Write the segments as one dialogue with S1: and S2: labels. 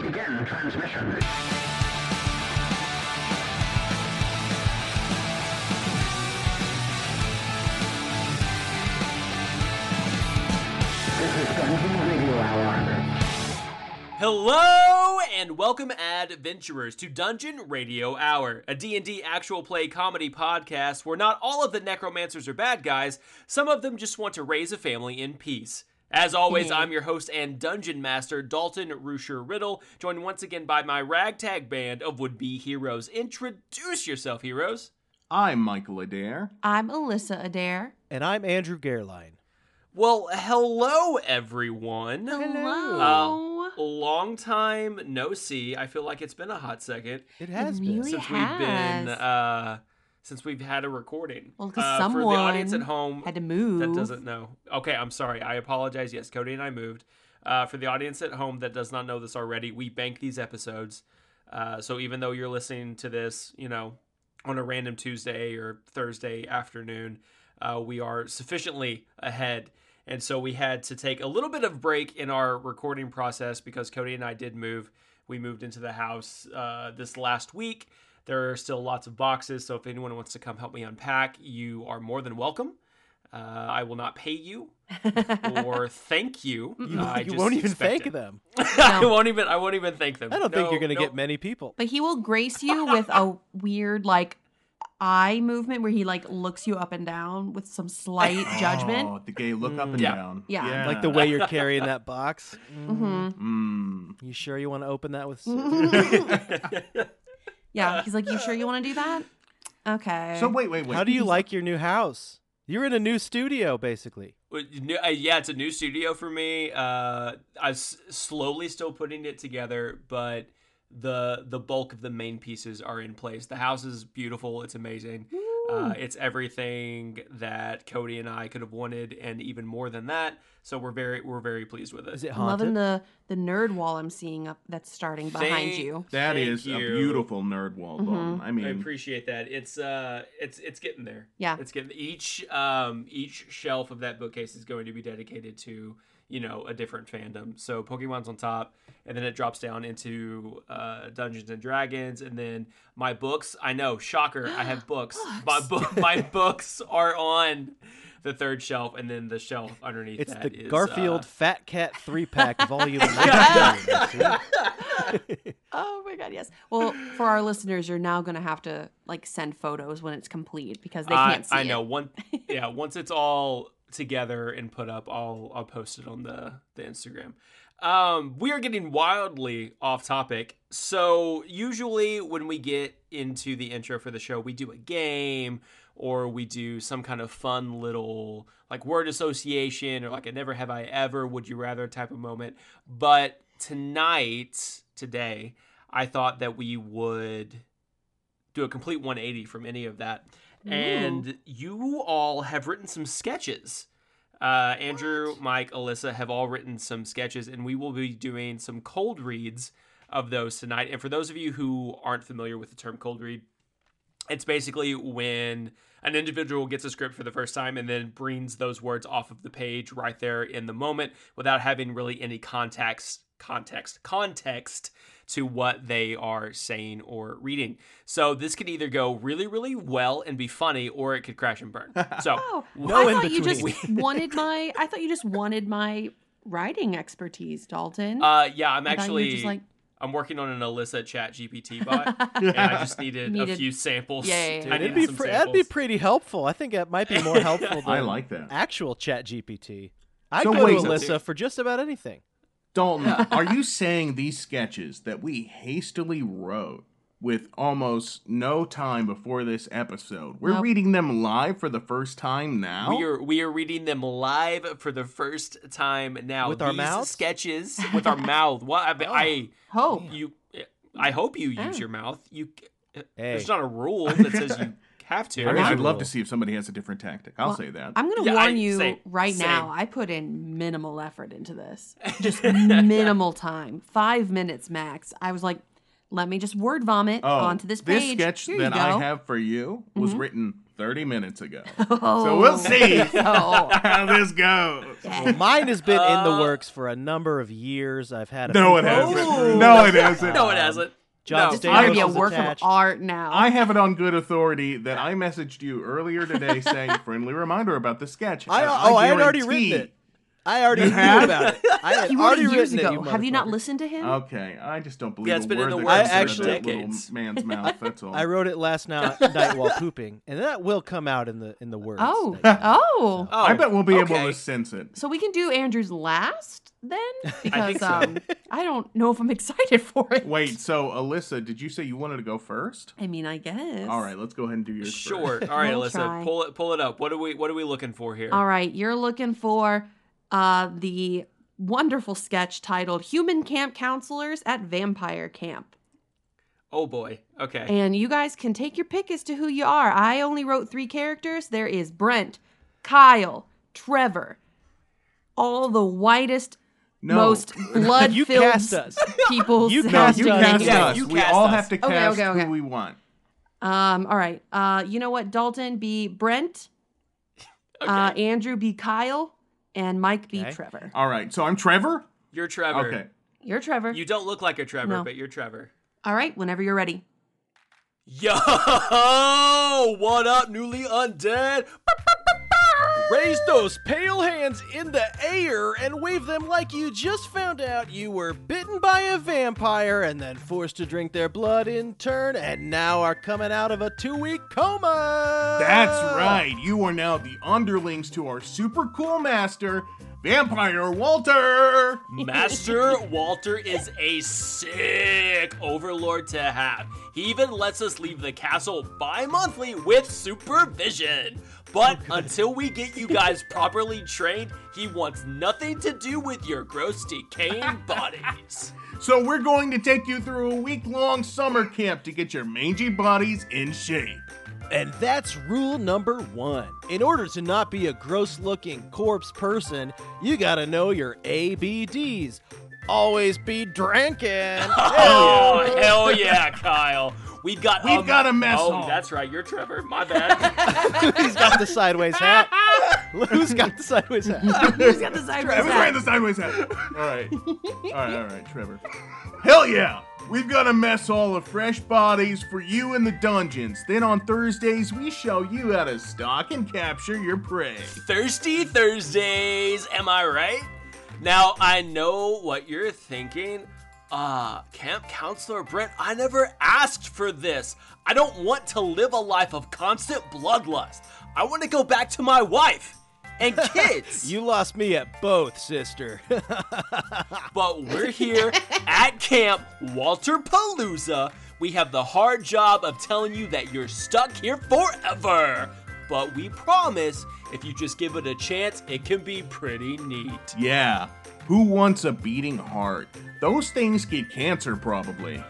S1: Begin transmission. This is Gungeon Radio Hour.
S2: Hello and welcome adventurers to Dungeon Radio Hour, a D&D actual play comedy podcast where not all of the necromancers are bad guys, some of them just want to raise a family in peace. As always, I'm your host and dungeon master, Dalton Rusher Riddle, joined once again by my ragtag band of would-be heroes. Introduce yourself, heroes.
S3: I'm Michael Adair.
S4: I'm Alyssa Adair.
S5: And I'm Andrew Gerline.
S2: Well, hello everyone.
S4: Hello.
S2: Long time no see. I feel like it's been a hot second.
S5: It has
S4: really-
S2: since
S5: been.
S2: we've been
S4: has.
S2: uh since we've had a recording.
S4: Well, 'cause
S2: Uh, for
S4: someone
S2: the audience at home
S4: had to move.
S2: that doesn't know. Okay, I'm sorry. I apologize. Yes, Cody and I moved. Uh, for the audience at home that does not know this already, we bank these episodes. Uh, so even though you're listening to this, you know, on a random Tuesday or Thursday afternoon, uh, we are sufficiently ahead. And so we had to take a little bit of break in our recording process because Cody and I did move. We moved into the house uh, this last week. There are still lots of boxes. So if anyone wants to come help me unpack, you are more than welcome. Uh, I will not pay you or thank you.
S5: You,
S2: Uh, I
S5: you
S2: just
S5: won't even
S2: expect
S5: thank
S2: it.
S5: them.
S2: I
S4: No.
S2: won't even. I won't even thank them.
S5: I don't think
S2: No,
S5: you're going to
S2: no.
S5: get many people.
S4: But he will grace you with a weird like eye movement where he like looks you up and down with some slight judgment. Mm.
S3: Oh, the gay look up and
S2: Yeah.
S3: down.
S4: Yeah.
S5: Like the way you're carrying that box.
S4: hmm
S3: Mm.
S5: You sure you want to open that with?
S4: Mm-hmm. Yeah, he's like, "You sure you want to do that?" Okay.
S3: So wait, wait, wait.
S5: How do you like your new house? You're in a new studio, basically.
S2: Well, you know- uh, yeah, it's a new studio for me. Uh, I'm s- slowly still putting it together, but the the bulk of the main pieces are in place. The house is beautiful. It's amazing. Uh, it's everything that Cody and I could have wanted, and even more than that. So we're very we're very pleased with it.
S5: Is it
S4: I'm loving
S5: haunted?
S4: the the nerd wall I'm seeing up that's starting behind
S2: Thank-
S4: you.
S3: That
S2: Thank
S3: is
S2: you.
S3: a beautiful nerd wall, Dalton.
S4: Mm-hmm.
S3: I mean,
S2: I appreciate that. It's uh, it's it's getting there.
S4: Yeah.
S2: it's getting each um each shelf of that bookcase is going to be dedicated to you know a different fandom. So Pokemon's on top, and then it drops down into uh, Dungeons and Dragons, and then my books. I know, shocker, I have books. My book, my books are on the third shelf, and then the shelf underneath.
S5: it's
S2: that
S5: the
S2: is, uh,
S5: Garfield Fat Cat three pack volume.
S4: Oh my god, yes. Well, for our listeners, you're now going to have to like send photos when it's complete because they
S2: I-
S4: can't see
S2: I know.
S4: it.
S2: One, yeah. Once it's all together and put up, I'll I'll post it on the the Instagram. Um, we are getting wildly off topic. So usually when we get into the intro for the show, we do a game or we do some kind of fun little like word association or like a never have I ever would you rather type of moment. But tonight, today, I thought that we would do a complete 180 from any of that. And you all have written some sketches. Uh, Andrew, Mike, Alyssa have all written some sketches, and we will be doing some cold reads of those tonight. And for those of you who aren't familiar with the term cold read, it's basically when an individual gets a script for the first time and then brings those words off of the page right there in the moment without having really any context context context to what they are saying or reading. So this could either go really really well and be funny or it could crash and burn. So
S4: Oh,
S5: No
S4: I
S5: in
S4: thought you
S5: between.
S4: just wanted my. I thought you just wanted my writing expertise, Dalton.
S2: uh yeah, I'm
S4: I thought you were
S2: actually
S4: just like,
S2: I'm working on an Alyssa Chat GPT bot, and I just needed, a
S4: Needed-
S2: few samples.
S4: Yeah, yeah,
S2: I
S4: yeah.
S5: Dude, it'd
S2: needed
S5: be
S2: some
S5: fr- that'd
S2: samples.
S5: be pretty helpful. I think that might be more helpful than
S3: I like that.
S5: actual Chat GPT. I
S3: So
S5: go
S3: wait-
S5: to Alyssa for just about anything.
S3: Dalton, are you saying these sketches that we hastily wrote with almost no time before this episode, we're
S4: Nope.
S3: reading them live for the first time now?
S2: We are we are reading them live for the first time now.
S5: With our
S2: These
S5: mouths? Oh.
S2: sketches with our mouth. What I, I
S4: hope.
S2: you I hope you use
S4: Oh.
S2: your mouth. You c
S5: Hey.
S2: there's not a rule that says you have to.
S3: I mean,
S5: Yeah.
S3: I'd love to see if somebody has a different tactic. I'll say that.
S4: I'm gonna
S2: Yeah, I-
S4: warn you
S2: same,
S4: right
S2: same.
S4: now. I put in minimal effort into this, just minimal time, five minutes max. I was like, Let me just word vomit onto this page.
S3: Oh, sketch
S4: Here
S3: that
S4: you go. Mm-hmm.
S3: I have for you was written 30 minutes ago. So
S4: Oh.
S3: we'll see
S4: So,
S3: how this goes.
S5: Well, mine has been in the works for a number of years. I've had a
S3: No,
S5: few
S3: it hasn't.
S5: posters.
S3: No, it hasn't.
S2: No, it hasn't.
S5: John
S2: no.
S4: it's going to be a
S5: Stamos is
S4: work
S5: attached.
S4: of art now.
S3: I have it on good authority that I messaged you earlier today saying friendly reminder about the sketch.
S5: I-
S3: and
S5: oh, I had already
S3: guarantee-
S5: written it. I already
S3: You
S5: knew
S3: had?
S5: about it. I had
S4: you wrote
S5: already
S4: it years
S5: written
S4: ago.
S5: it. you
S4: have you not
S5: motherfucker.
S4: listened to him?
S3: Okay, I just don't believe
S2: Yeah,
S3: a
S2: it's been in
S3: word
S2: the
S3: that
S2: works
S3: comes
S5: for
S3: out of that
S2: decades.
S3: little man's mouth. That's all.
S5: I wrote it last now, night while pooping, and that will come out in the in the words.
S4: oh,
S5: that you-
S4: oh.
S2: Oh,
S3: I bet we'll be
S2: okay.
S3: able to sense it.
S4: So we can do Andrew's last then, because
S2: think so.
S4: um, I don't know if I'm excited for it.
S3: Wait, so Alyssa, did you say you wanted to go first?
S4: I mean, I guess.
S3: All right, let's go ahead and do yours.
S2: Oh, Sure.
S3: First.
S2: All right,
S4: We'll
S2: Alyssa,
S4: try.
S2: pull it pull it up. What are we what are we looking for here?
S4: All right, you're looking for uh, the wonderful sketch titled "Human Camp Counselors at Vampire Camp,"
S2: Oh boy. Okay.
S4: and you guys can take your pick as to who you are. I only wrote three characters. There is Brent, Kyle, Trevor, all the whitest,
S3: No.
S4: most blood-filled
S5: You cast us.
S4: people.
S5: You
S4: that
S3: No,
S5: cast
S3: you
S5: us.
S3: cast
S2: Yeah,
S3: us.
S2: you
S3: we
S2: cast
S3: all
S2: us.
S3: have to
S4: Okay,
S3: cast
S4: okay, okay.
S3: who we want.
S4: Um, all right. Uh, you know what? Dalton be Brent, uh, Andrew be Kyle, and Mike be
S5: Okay.
S4: Trevor.
S3: All right, so I'm Trevor.
S2: You're Trevor.
S3: Okay.
S4: You're Trevor.
S2: You don't look like a Trevor,
S4: No.
S2: but you're Trevor.
S4: all right. Whenever you're ready.
S2: Yo, what up, newly undead?
S5: Raise those pale hands in the air and wave them like you just found out you were bitten by a vampire and then forced to drink their blood in turn and now are coming out of a two week coma.
S3: That's right. You are now the underlings to our super cool master, Vampire Walter.
S2: Master Walter is a sick overlord to have. He even lets us leave the castle bi monthly with supervision. But until we get you guys properly trained, he wants nothing to do with your gross, decaying bodies.
S3: So we're going to take you through a week-long summer camp to get your mangy bodies in shape.
S5: And that's rule number one. In order to not be a gross looking corpse person, you gotta know your ABDs. Always be drinking.
S2: Oh, hell yeah, Kyle. We've got
S3: We've got a mess
S2: Oh,
S3: hall.
S2: that's right. You're Trevor. My bad.
S5: Who's got the sideways hat? Who's got the sideways hat?
S4: Who's got the side
S3: Who's wearing the sideways hat? All right. All right, all right, Trevor. Hell yeah! We've got a mess hall of fresh bodies for you in the dungeons. Then on Thursdays, we show you how to stalk and capture your prey.
S2: Thirsty Thursdays, am I right? Now, I know what you're thinking. Uh, Camp Counselor Brent, I never asked for this. I don't want to live a life of constant bloodlust. I want to go back to my wife and kids.
S5: You lost me at both, sister.
S2: but we're here at Camp Walter Palooza. We have the hard job of telling you that you're stuck here forever. But we promise if you just give it a chance, it can be pretty neat.
S3: Yeah, who wants a beating heart? Those things get cancer, probably.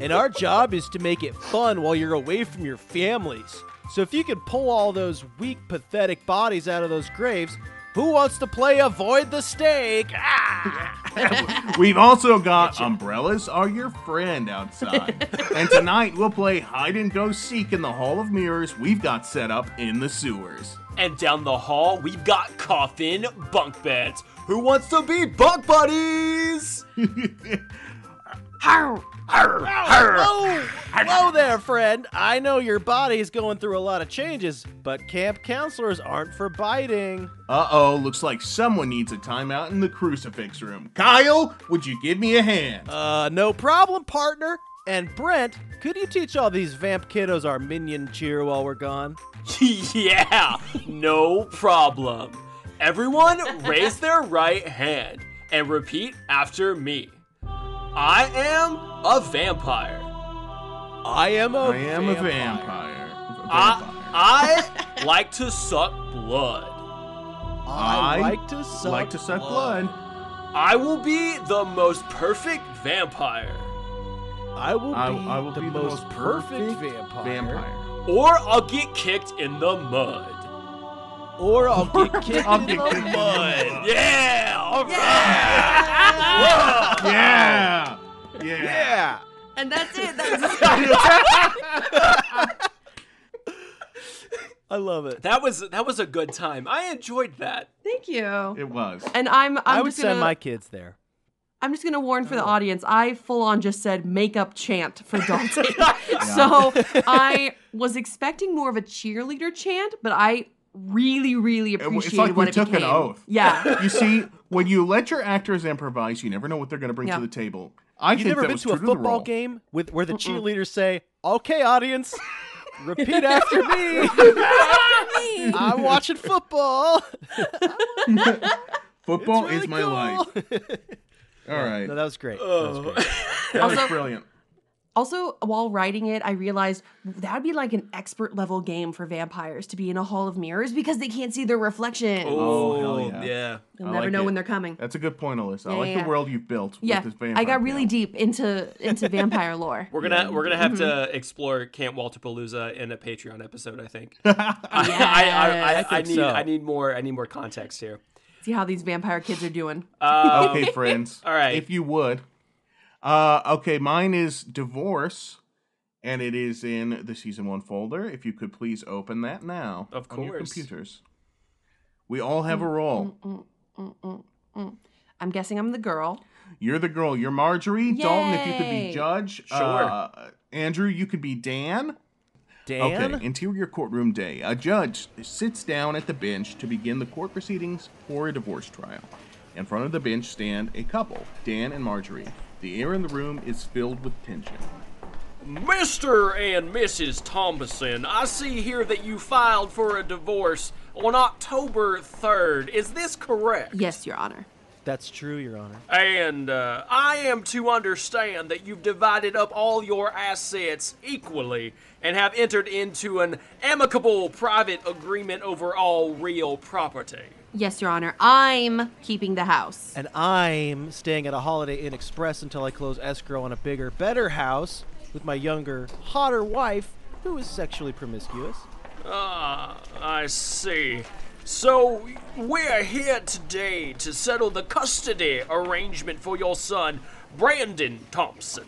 S5: and our job is to make it fun while you're away from your families. So if you can pull all those weak, pathetic bodies out of those graves, who wants to play Avoid the Stake? Ah!
S3: We've also got umbrellas are your friend outside. and tonight we'll play hide and go seek in the Hall of Mirrors we've got set up in the sewers.
S2: And down the hall, we've got coffin bunk beds. Who wants to be bunk buddies?
S5: Whoa! Whoa there, friend. I know your body's going through a lot of changes, but camp counselors aren't for biting.
S3: Uh oh, looks like someone needs a timeout in the crucifix room. Kyle, would you give me a hand?
S5: Uh, no problem, partner. And Brent, could you teach all these vamp kiddos our minion cheer while we're gone?
S2: yeah, no problem. Everyone raise their right hand and repeat after me. I am a vampire.
S5: I am a
S3: I am a vampire. vampire.
S2: I, I like to suck blood.
S5: I
S3: I
S5: like to suck,
S3: like to suck blood.
S2: I will be the most perfect vampire.
S5: I will be,
S3: I, I will
S5: the,
S3: be
S5: most perfect, vampire,
S3: vampire.
S2: Or I'll get kicked in the mud.
S5: Or I'll get kicked
S3: I'll
S5: in
S3: get
S5: the
S3: kicked in the
S5: mud.
S3: mud.
S2: Yeah! All right!
S3: Yeah! Yeah!
S5: Yeah.
S4: And that's it. That's
S5: I love it.
S2: That was that was a good time. I enjoyed that.
S4: Thank you.
S3: It was.
S4: And I'm I'm
S5: i would
S4: just gonna
S5: send my kids there.
S4: I'm just gonna warn
S3: Oh.
S4: for the audience. I full on just said makeup chant for Dalton. so I was expecting more of a cheerleader chant, but I really really
S3: w- it's
S4: appreciated
S3: like we
S4: what it
S3: took an
S4: became.
S3: oath.
S4: Yeah.
S3: You see, when you let your actors improvise, you never know what they're going to bring
S4: Yeah.
S3: to the table. I
S5: You've
S3: think
S5: never
S3: that
S5: been
S3: was
S5: to a
S3: true the
S5: football
S3: role.
S5: game with where the cheerleaders say, "Okay, audience, repeat after me. I'm watching football.
S3: Football
S5: Really
S3: is my
S5: cool."
S3: life. All right,
S5: No, that was great. That was
S2: Oh.
S5: great.
S3: that was
S4: Also-
S3: brilliant.
S4: also, while writing it, I realized that would be like an expert level game for vampires to be in a hall of mirrors because they can't see their reflection.
S3: Oh, hell
S2: Oh,
S3: yeah.
S2: yeah.
S4: You'll
S3: I
S4: never
S3: like
S4: know
S3: it.
S4: when they're coming.
S3: That's a good point, Alyssa. I
S4: Yeah,
S3: like
S4: yeah,
S3: the
S4: yeah.
S3: world you've built
S4: Yeah,
S3: with this vampire.
S4: I got really
S3: tale.
S4: deep into into vampire lore.
S2: We're gonna we're gonna have to explore Camp Walterpalooza in a Patreon episode. I think. I, I, I, I,
S4: Yes.
S5: I think
S2: need
S5: so.
S2: I need more I need more context here.
S4: See how these vampire kids are doing.
S2: Uh,
S3: Okay, friends.
S2: All right.
S3: if you would. Uh, okay, mine is divorce, and it is in the season one folder. If you could please open that now,
S2: Of
S3: on your
S2: course.
S3: computers. We all have a role.
S4: I'm guessing I'm the girl.
S3: You're the girl. You're Marjorie. Dalton, if you could be
S4: Yay.
S3: Judge.
S2: Sure.
S3: Uh, Andrew, you could be Dan.
S5: Dan,
S3: Okay, interior courtroom day. A judge sits down at the bench to begin the court proceedings for a divorce trial. In front of the bench stand a couple, Dan and Marjorie. The air in the room is filled with tension.
S2: Mr. and Mrs. Thompson, I see here that you filed for a divorce on October 3rd. Is this correct?
S4: Yes, Your Honor.
S5: that's true, Your Honor.
S2: And uh, I am to understand that you've divided up all your assets equally and have entered into an amicable private agreement over all real property.
S4: Yes, Your Honor. I'm keeping the house.
S5: And I'm staying at a Holiday Inn Express until I close escrow on a bigger, better house with my younger, hotter wife, who is sexually promiscuous.
S2: Ah, I see. So, we're here today to settle the custody arrangement for your son, Brandon Thompson.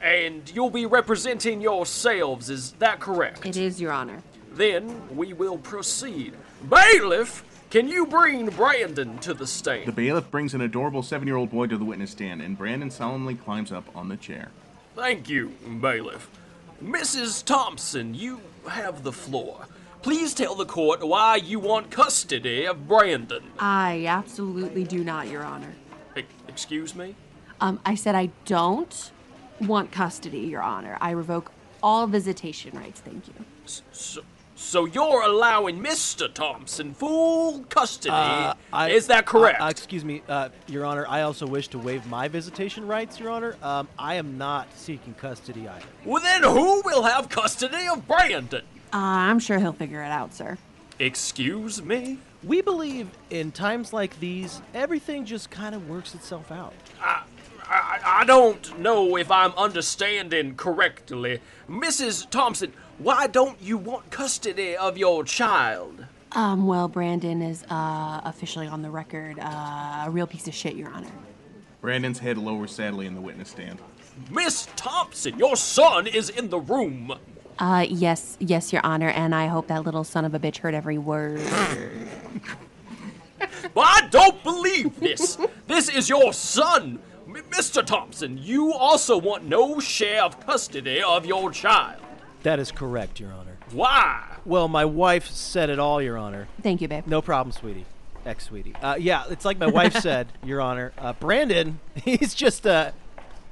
S2: And you'll be representing yourselves, is that correct?
S4: It is, Your Honor.
S2: Then we will proceed. Bailiff, can you bring Brandon to the
S3: The
S2: stand?
S3: bailiff brings an adorable seven year old boy to the witness stand, and Brandon solemnly climbs up on the chair.
S2: Thank you, Bailiff. Mrs. Thompson, you have the floor. Please tell the court why you want custody of Brandon.
S4: I absolutely do not, Your Honor.
S2: E- excuse me?
S4: Um, I said I don't want custody, Your Honor. I revoke all visitation rights. Thank you.
S2: So, so you're allowing Mr. Thompson full custody.
S5: Uh, I-
S2: Is that correct?
S5: Uh, uh, excuse me, uh, Your Honor. I also wish to waive my visitation rights, Your Honor. Um, I am not seeking custody either.
S2: well, then who will have custody of Brandon?
S4: Uh, I'm sure he'll figure it out, sir.
S2: Excuse me?
S5: We believe in times like these, everything just kind of works itself out.
S2: I, I don't know if I'm understanding correctly. Mrs. Thompson, why don't you want custody of your child?
S4: Um, well, Brandon is uh, officially on the record uh, a real piece of shit, Your Honor.
S3: Brandon's head lowers sadly in the witness stand.
S2: Miss Thompson, your son is in the room.
S4: Uh, yes, yes, Your Honor, and I hope that little son of a bitch heard every word.
S2: But I don't believe this. this is your son. M- Mr. Thompson, you also want no share of custody of your child.
S5: That is correct, Your Honor.
S2: Why?
S5: Well, my wife said it all, Your Honor.
S4: Thank you, babe.
S5: No problem, sweetie. Ex sweetie. Uh, yeah, it's like my wife said, Your Honor. Uh, Brandon, he's just a.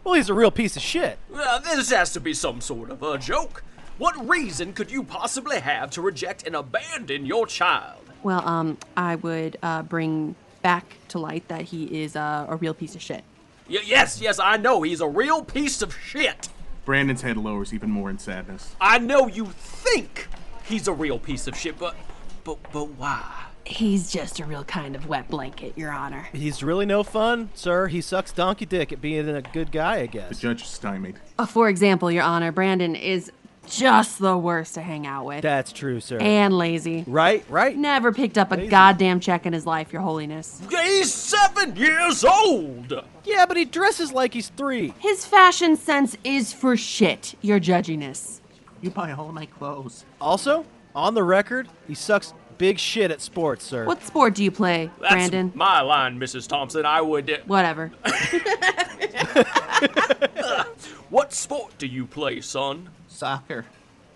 S5: Well, he's a real piece of shit.
S2: Well, this has to be some sort of a joke. What reason could you possibly have to reject and abandon your child?
S4: Well, um, I would uh, bring back to light that he is uh, a real piece of shit.
S2: Y- yes, yes, I know. He's a real piece of shit.
S3: Brandon's head lowers even more in sadness.
S2: I know you think he's a real piece of shit, but but but why?
S4: He's just a real kind of wet blanket, Your Honor.
S5: He's really no fun, sir. He sucks donkey dick at being a good guy, I
S3: The
S5: guess.
S3: judge is stymied.
S4: Uh, for example, Your Honor, Brandon is just the worst to hang out with.
S5: That's true, sir.
S4: and lazy.
S5: right, right.
S4: Never picked up a goddamn check in his life, Your Holiness.
S2: He's seven years old.
S5: Yeah, but he dresses like he's three.
S4: His fashion sense is for shit, Your Judginess.
S3: You buy all my clothes.
S5: Also, on the record, he sucks big shit at sports, sir.
S4: What sport do you play,
S2: That's
S4: Brandon?
S2: my line, Mrs. Thompson. I would. uh,
S4: Whatever.
S2: What sport do you play, son?
S3: Soccer.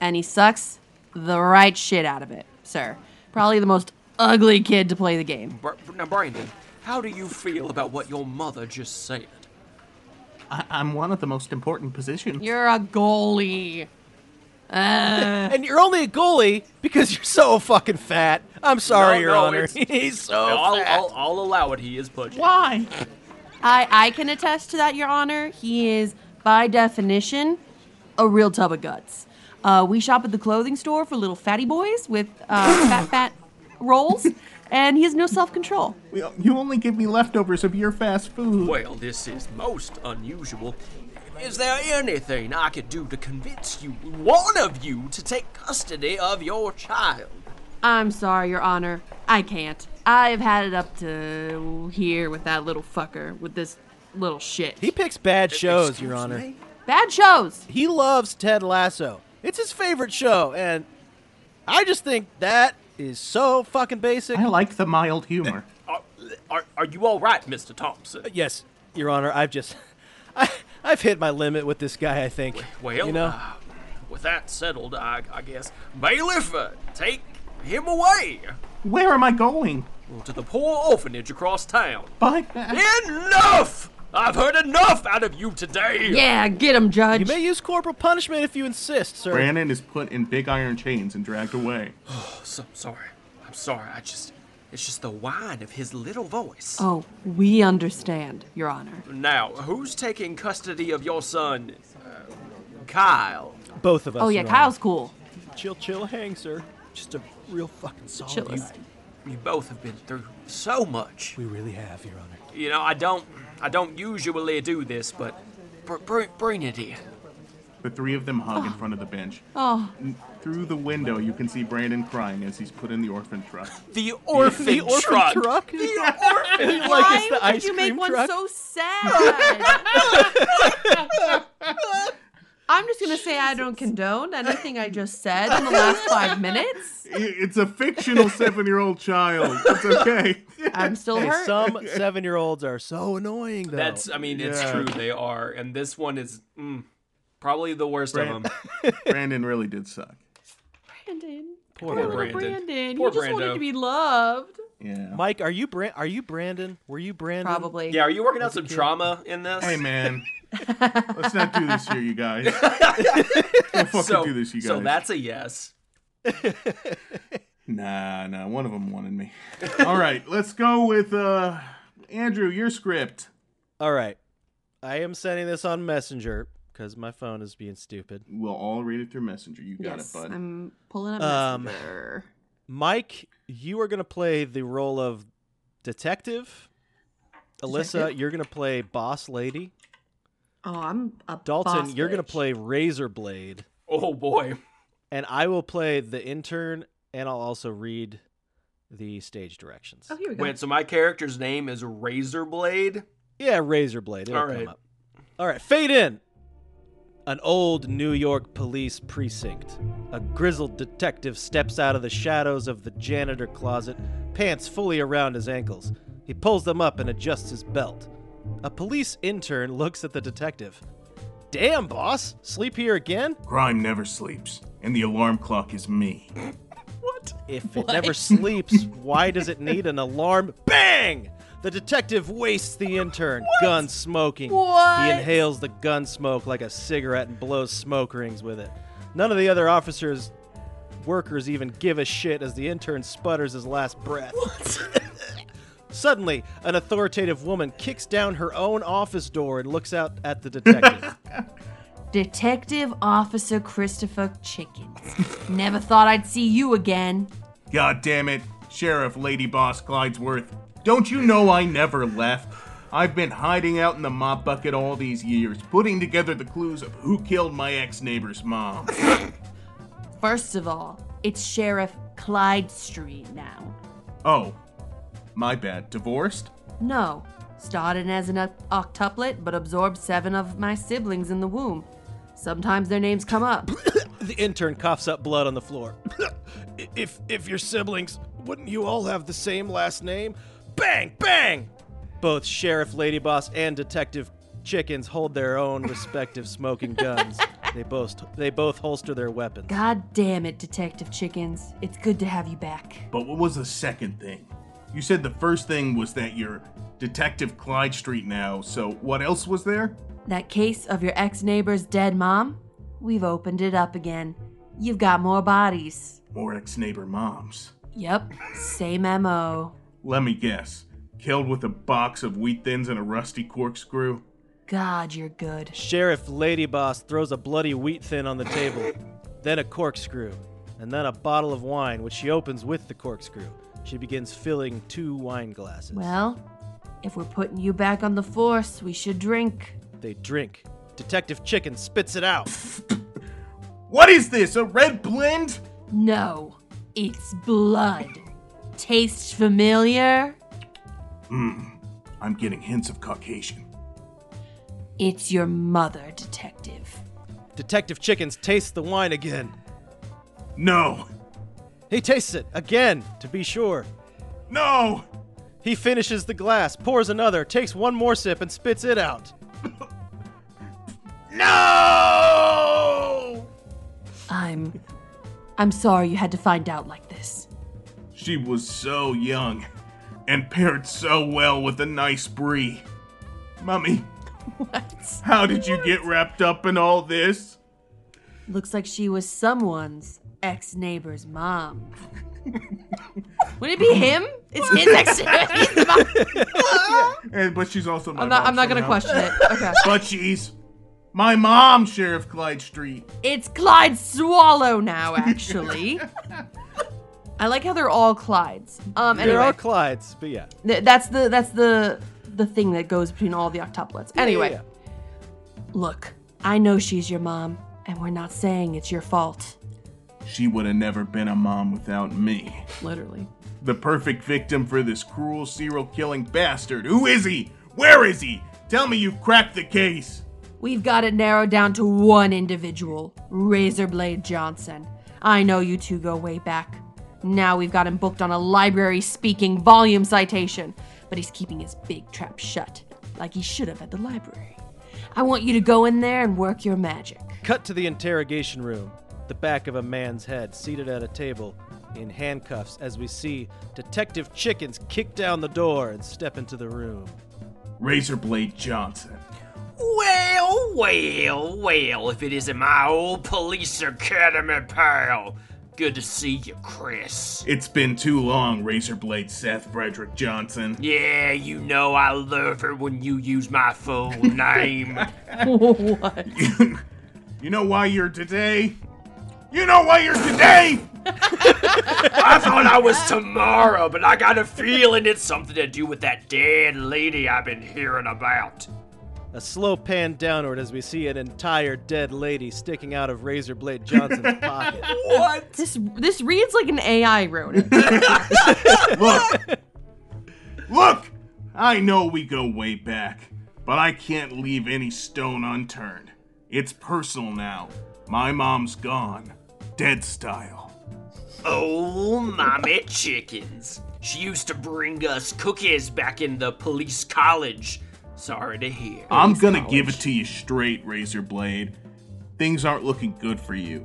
S4: and he sucks the right shit out of it, sir. Probably the most ugly kid to play the game.
S2: Br- now, Brandon, how do you feel about what your mother just said?
S3: I- I'm one of the most important positions.
S4: You're a goalie.
S5: And you're only a goalie because you're so fucking fat. I'm sorry,
S2: No,
S5: Your
S2: no,
S5: Honor.
S2: it's-
S5: He's so
S2: Now, I'll,
S5: fat.
S2: I'll, I'll allow it. He is pudgy.
S3: Why?
S4: I, I can attest to that, Your Honor. He is, by definition, a real tub of guts. Uh, we shop at the clothing store for little fatty boys with uh, fat, fat rolls, and he has no self control.
S3: Well, You only give me leftovers of your fast food.
S2: Well, this is most unusual. Is there anything I could do to convince you, one of you, to take custody of your child?
S4: I'm sorry, Your Honor. I can't. I've had it up to here with that little fucker, with this little shit.
S5: he picks bad shows, Your
S2: Excuse
S5: Honor.
S2: me?
S4: Bad shows!
S5: He loves Ted Lasso. It's his favorite show, and I just think that is so fucking basic.
S3: I like the mild humor.
S2: Are, Uh, are, are you all right, Mr. Thompson?
S5: yes, Your Honor. I've just, I, I've hit my limit with this guy. I think.
S2: Well,
S5: you know,
S2: uh, with that settled, I, I guess. Bailiff, uh, take him away
S3: Where am I going?
S2: to the poor orphanage across town.
S3: Bye.
S2: Enough! I've heard enough out of you today!
S4: Yeah, get him, Judge.
S5: you may use corporal punishment if you insist, sir.
S3: Brandon is put in big iron chains and dragged away.
S2: So, sorry. I'm sorry. I just. It's just the whine of his little voice.
S4: Oh, we understand, Your Honor.
S2: Now, who's taking custody of your son, uh, Kyle?
S5: Both of us.
S4: Oh yeah,
S5: Your
S4: Kyle's cool.
S5: Honor. Chill, chill, hang, sir. Just a real fucking solid
S4: Chillest.
S5: guy.
S2: You both have been through so much.
S5: We really have, Your Honor.
S2: You know, I don't, I don't usually do this, but br- br- bring it here.
S3: The three of them hug in front of the bench.
S4: Oh,
S3: N- Through the window, you can see Brandon crying as he's put in the orphan truck.
S2: The orphan,
S5: the orphan
S2: truck.
S5: truck?
S2: The orphan.
S5: Like it's the
S4: why would
S5: ice
S4: you make
S5: cream
S4: one
S5: truck?
S4: so sad? I'm just gonna say I don't condone anything I just said in the last five minutes.
S3: I- It's a fictional seven-year-old child. It's okay.
S4: I'm still
S5: Hey,
S4: hurt.
S5: some seven-year-olds are so annoying, though.
S2: That's, uh, I mean, it's
S3: Yeah.
S2: true. They are, and this one is mm, probably the worst of
S3: Brand-
S2: them.
S3: Brandon really did suck.
S4: Brandon.
S5: Poor
S4: Poor little
S2: Brandon.
S4: Brandon.
S2: Poor
S4: he just wanted
S2: Brando.
S4: to be loved.
S3: Yeah.
S5: Mike, are you Brand? Are you Brandon? Were you Brandon?
S4: Probably.
S2: Yeah, are you working out some trauma in this?
S3: Hey man, let's not do this here, you guys. Don't fucking
S2: so,
S3: do this, you guys.
S2: so that's a yes.
S3: nah, nah. One of them wanted me. All right, let's go with uh, Andrew. Your script.
S5: All right. I am sending this on Messenger because my phone is being stupid.
S3: We'll all read it through Messenger. You got
S4: yes,
S3: it, bud.
S4: I'm pulling up
S5: Um,
S4: Messenger.
S5: Mike, you are going to play the role of detective. Alyssa,
S4: Detective?
S5: you're going to play boss lady.
S4: Oh, I'm a
S5: Dalton,
S4: boss
S5: you're going to
S4: bitch.
S5: play razor blade.
S2: Oh boy.
S5: And I will play the intern and I'll also read the stage directions.
S4: Oh, here we go.
S2: Wait, so my character's name is Razor Blade.
S5: Yeah, razor blade. It'll
S2: All
S5: come
S2: right.
S5: up. All right, fade in. An old New York police precinct. A grizzled detective steps out of the shadows of the janitor closet, pants fully around his ankles. He pulls them up and adjusts his belt. A police intern looks at the detective. Damn, boss. Sleep here again?
S3: Crime never sleeps, and the alarm clock is me.
S5: If it never sleeps, why does it need an alarm? Bang! The detective wastes the intern, gun smoking. He
S4: What?
S5: inhales the gun smoke like a cigarette and blows smoke rings with it. None of the other officers, workers even give a shit as the intern sputters his last breath. Suddenly, an authoritative woman kicks down her own office door and looks out at the detective.
S4: Detective Officer Christopher Chickens. Never thought I'd see you again.
S3: God damn it, Sheriff Lady Boss Glidesworth. Don't you know I never left? I've been hiding out in the mop bucket all these years, putting together the clues of who killed my ex neighbor's mom.
S4: First of all, it's Sheriff Clyde Street now.
S3: Oh, my bad. Divorced?
S4: No, started as an oct- octuplet, but absorbed seven of my siblings in the womb. Sometimes their names come up.
S5: The intern coughs up blood on the floor. if if your siblings, wouldn't you all have the same last name? Bang bang! Both Sheriff Lady Boss and Detective Chickens hold their own respective smoking guns. They both they both holster their weapons.
S4: God damn it, Detective Chickens. It's good to have you back.
S3: But what was the second thing? You said the first thing was that you're Detective Clyde Street now, so what else was there?
S4: That case of your ex neighbor's dead mom? We've opened it up again. You've got more bodies.
S3: More ex neighbor moms.
S4: Yep, same MO.
S3: Let me guess. Killed with a box of wheat thins and a rusty corkscrew?
S4: God, you're good.
S5: Sheriff Lady Boss throws a bloody wheat thin on the table, then a corkscrew, and then a bottle of wine, which she opens with the corkscrew. She begins filling two wine glasses.
S4: Well, if we're putting you back on the force, we should drink.
S5: They drink. Detective Chicken spits it out.
S3: What is this? A red blend?
S4: No, it's blood. Tastes familiar?
S3: I'm getting hints of Caucasian.
S4: It's your mother, Detective.
S5: Detective Chickens tastes the wine again.
S3: No!
S5: He tastes it again, to be sure.
S3: No!
S5: He finishes the glass, pours another, takes one more sip, and spits it out.
S3: No!
S4: I'm. I'm sorry you had to find out like this.
S3: She was so young and paired so well with a nice brie. Mummy,
S4: What?
S3: how did you get wrapped up in all this?
S4: Looks like she was someone's ex neighbor's mom. Would it be him? It's his ex neighbor's mom.
S3: And but she's also my
S4: I'm not,
S3: mom
S4: I'm not gonna
S3: somehow.
S4: question it. Okay.
S3: But she's my mom, Sheriff Clyde Street.
S4: It's Clyde Swallow now, actually. I like how they're all Clydes. Um,
S5: There
S4: anyway,
S5: are Clydes, but yeah.
S4: th- that's the that's the the thing that goes between all the octuplets. Anyway,
S5: Yeah.
S4: look, I know she's your mom, and we're not saying it's your fault.
S3: She would have never been a mom without me.
S4: Literally.
S3: The perfect victim for this cruel serial killing bastard. Who is he? Where is he? Tell me you've cracked the case.
S4: We've got it narrowed down to one individual Razorblade Johnson. I know you two go way back. Now we've got him booked on a library speaking volume citation, but he's keeping his big trap shut, like he should have at the library. I want you to go in there and work your magic.
S5: Cut to the interrogation room, the back of a man's head seated at a table in handcuffs as we see Detective Chickens kick down the door and step into the room.
S3: Razorblade Johnson.
S2: Well, well, well, if it isn't my old police academy pal. Good to see you, Chris.
S3: It's been too long, Razorblade Seth Frederick Johnson.
S2: Yeah, you know I love it when you use my full name.
S3: You know why you're today? You know why you're today?
S2: I thought I was tomorrow, but I got a feeling it's something to do with that dead lady I've been hearing about.
S5: A slow pan downward as we see an entire dead lady sticking out of Razorblade Johnson's pocket.
S2: What?
S4: This this reads like an AI wrote it.
S3: Look! Look! I know we go way back, but I can't leave any stone unturned. It's personal now. My mom's gone. Dead style.
S2: Oh, mommy chickens. She used to bring us cookies back in the police college. Sorry to hear.
S3: I'm gonna give it to you straight, Razorblade. Things aren't looking good for you.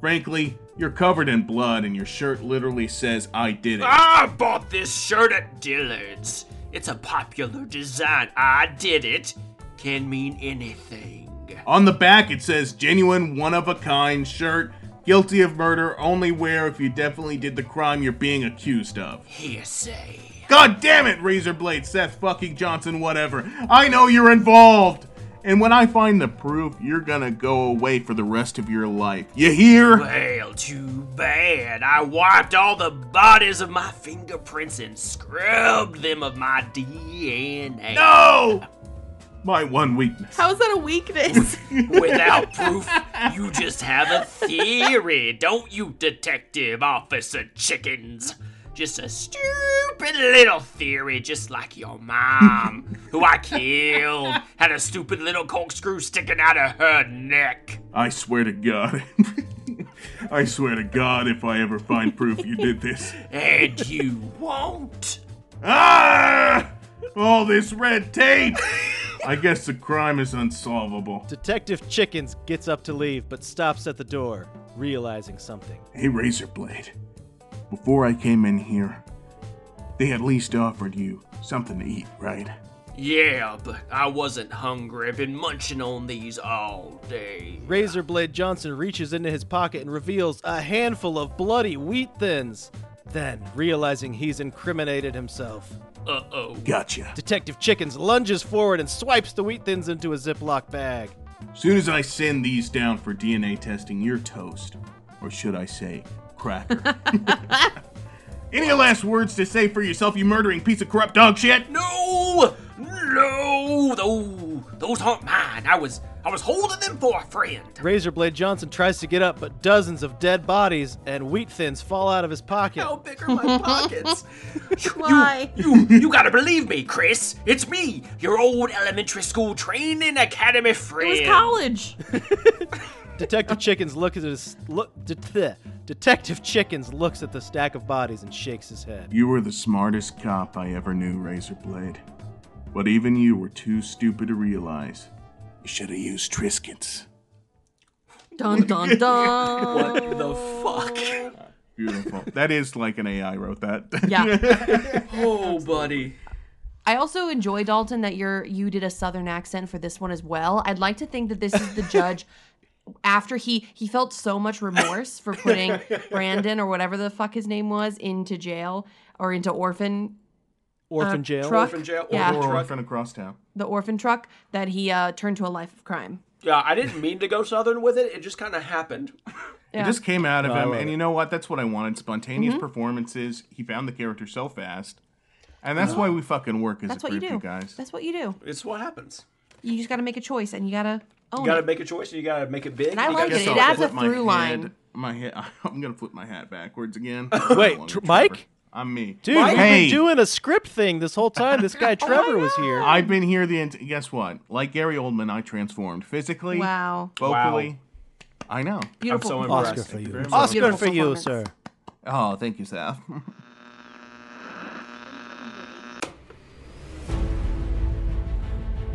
S3: Frankly, you're covered in blood and your shirt literally says, I did it.
S2: I Ah, bought this shirt at Dillard's. It's a popular design. I did it. Can mean anything.
S3: On the back, it says genuine one of a kind shirt, guilty of murder, only wear if you definitely did the crime you're being accused of.
S2: Hearsay.
S3: God damn it, Razorblade, Seth fucking Johnson, whatever. I know you're involved. And when I find the proof, you're gonna go away for the rest of your life. You hear?
S2: Well, too bad. I wiped all the bodies of my fingerprints and scrubbed them of my DNA.
S3: No! My one weakness.
S4: How is that a weakness?
S2: Without proof, you just have a theory, don't you, Detective Officer Chickens? Just a stupid little theory, just like your mom, who I killed, had a stupid little corkscrew sticking out of her neck.
S3: I swear to God. I swear to God, if I ever find proof you did this.
S2: And you won't.
S3: Ah! All this red tape! I guess the crime is unsolvable.
S5: Detective Chickens gets up to leave but stops at the door, realizing something.
S3: Hey, Razorblade. Before I came in here, they at least offered you something to eat, right?
S2: Yeah, but I wasn't hungry. I've been munching on these all day.
S5: Razorblade Johnson reaches into his pocket and reveals a handful of bloody wheat thins. Then, realizing he's incriminated himself,
S2: Uh oh.
S3: Gotcha.
S5: Detective Chickens lunges forward and swipes the wheat thins into a Ziploc bag.
S3: Soon as I send these down for DNA testing, you're toast. Or should I say, cracker. Any last words to say for yourself, you murdering piece of corrupt dog shit?
S2: No, no, those, those aren't mine. I was, I was holding them for a friend.
S5: Razorblade Johnson tries to get up, but dozens of dead bodies and wheat thins fall out of his pocket.
S2: How big are my pockets?
S4: Why?
S2: You, you, you gotta believe me, Chris. It's me, your old elementary school training academy
S4: It
S2: friend.
S4: was college.
S5: Detective Chickens looks at his look. det- bleh. Detective Chickens looks at the stack of bodies and shakes his head.
S3: You were the smartest cop I ever knew, Razorblade. But even you were too stupid to realize. You should have used Triscuits.
S4: Dun dun dun.
S2: What the fuck?
S3: Beautiful. that is like an AI wrote that.
S4: Yeah.
S2: Oh, buddy.
S4: I also enjoy Dalton that you're you did a southern accent for this one as well. I'd like to think that this is the judge after he he felt so much remorse for putting Brandon or whatever the fuck his name was into jail or into orphan
S5: Orphan jail.
S4: truck.
S2: Orphan jail,
S4: Yeah.
S2: orphan
S3: or
S2: truck.
S3: orphan across town.
S4: the orphan truck that he uh, turned to a life of crime.
S2: Yeah, I didn't mean to go southern with it. It just kind of happened.
S4: Yeah. Mm-hmm.
S3: It just came out of
S5: Oh, I
S3: him,
S5: love
S3: and
S5: it.
S3: you know what? That's what I wanted. Spontaneous performances. He found the character so fast. And that's why we fucking work as
S4: That's
S3: a
S4: what you
S3: group,
S4: do.
S3: you guys.
S4: That's what you do.
S2: It's what happens.
S4: You just got to make a choice and you got to own
S2: You gotta
S4: it.
S2: make a choice and you gotta make it big.
S4: I
S2: you
S4: like
S2: gotta
S4: it.
S2: solve
S4: It adds a
S3: flip my
S4: through
S3: head-
S4: line.
S3: My head, I'm gonna flip my hat backwards again.
S5: Wait,
S3: Longer,
S5: Tr- Mike?
S3: Trevor. I'm me,
S5: Dude, we've
S3: Hey,
S5: been doing a script thing this whole time. This guy Trevor was here.
S3: I've been here the. Ent- guess what? Like Gary Oldman, I transformed physically,
S4: Wow.
S3: vocally.
S2: Wow.
S3: I know.
S2: I'm
S4: Beautiful.
S2: so impressed.
S5: Oscar for you.
S2: Very much.
S5: Oscar
S4: Beautiful
S5: for you,
S4: performance.
S5: sir.
S3: Oh, thank you, Seth.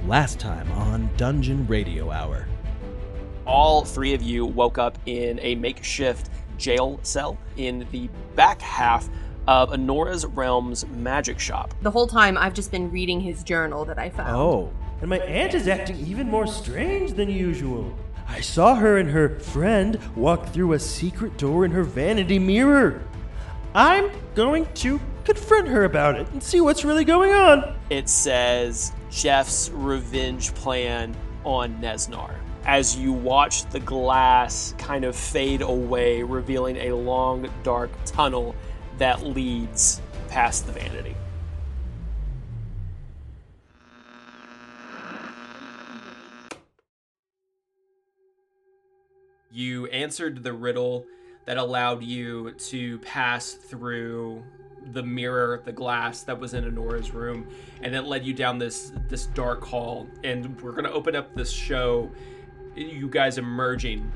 S6: Last time on Dungeon Radio Hour.
S2: all three of you woke up in a makeshift jail cell in the back half of Anora's realm's magic shop.
S4: The whole time I've just been reading his journal that I found.
S6: Oh.
S7: And my aunt is acting even more strange than usual. I saw her and her friend walk through a secret door in her vanity mirror. I'm going to confront her about it and see what's really going on.
S2: It says Jeff's revenge plan on Nesnar. As you watch the glass kind of fade away, revealing a long, dark tunnel that leads past the vanity. you answered the riddle that allowed you to pass through the mirror, the glass that was in Anora's room, and it led you down this this dark hall. And we're gonna open up this show, you guys emerging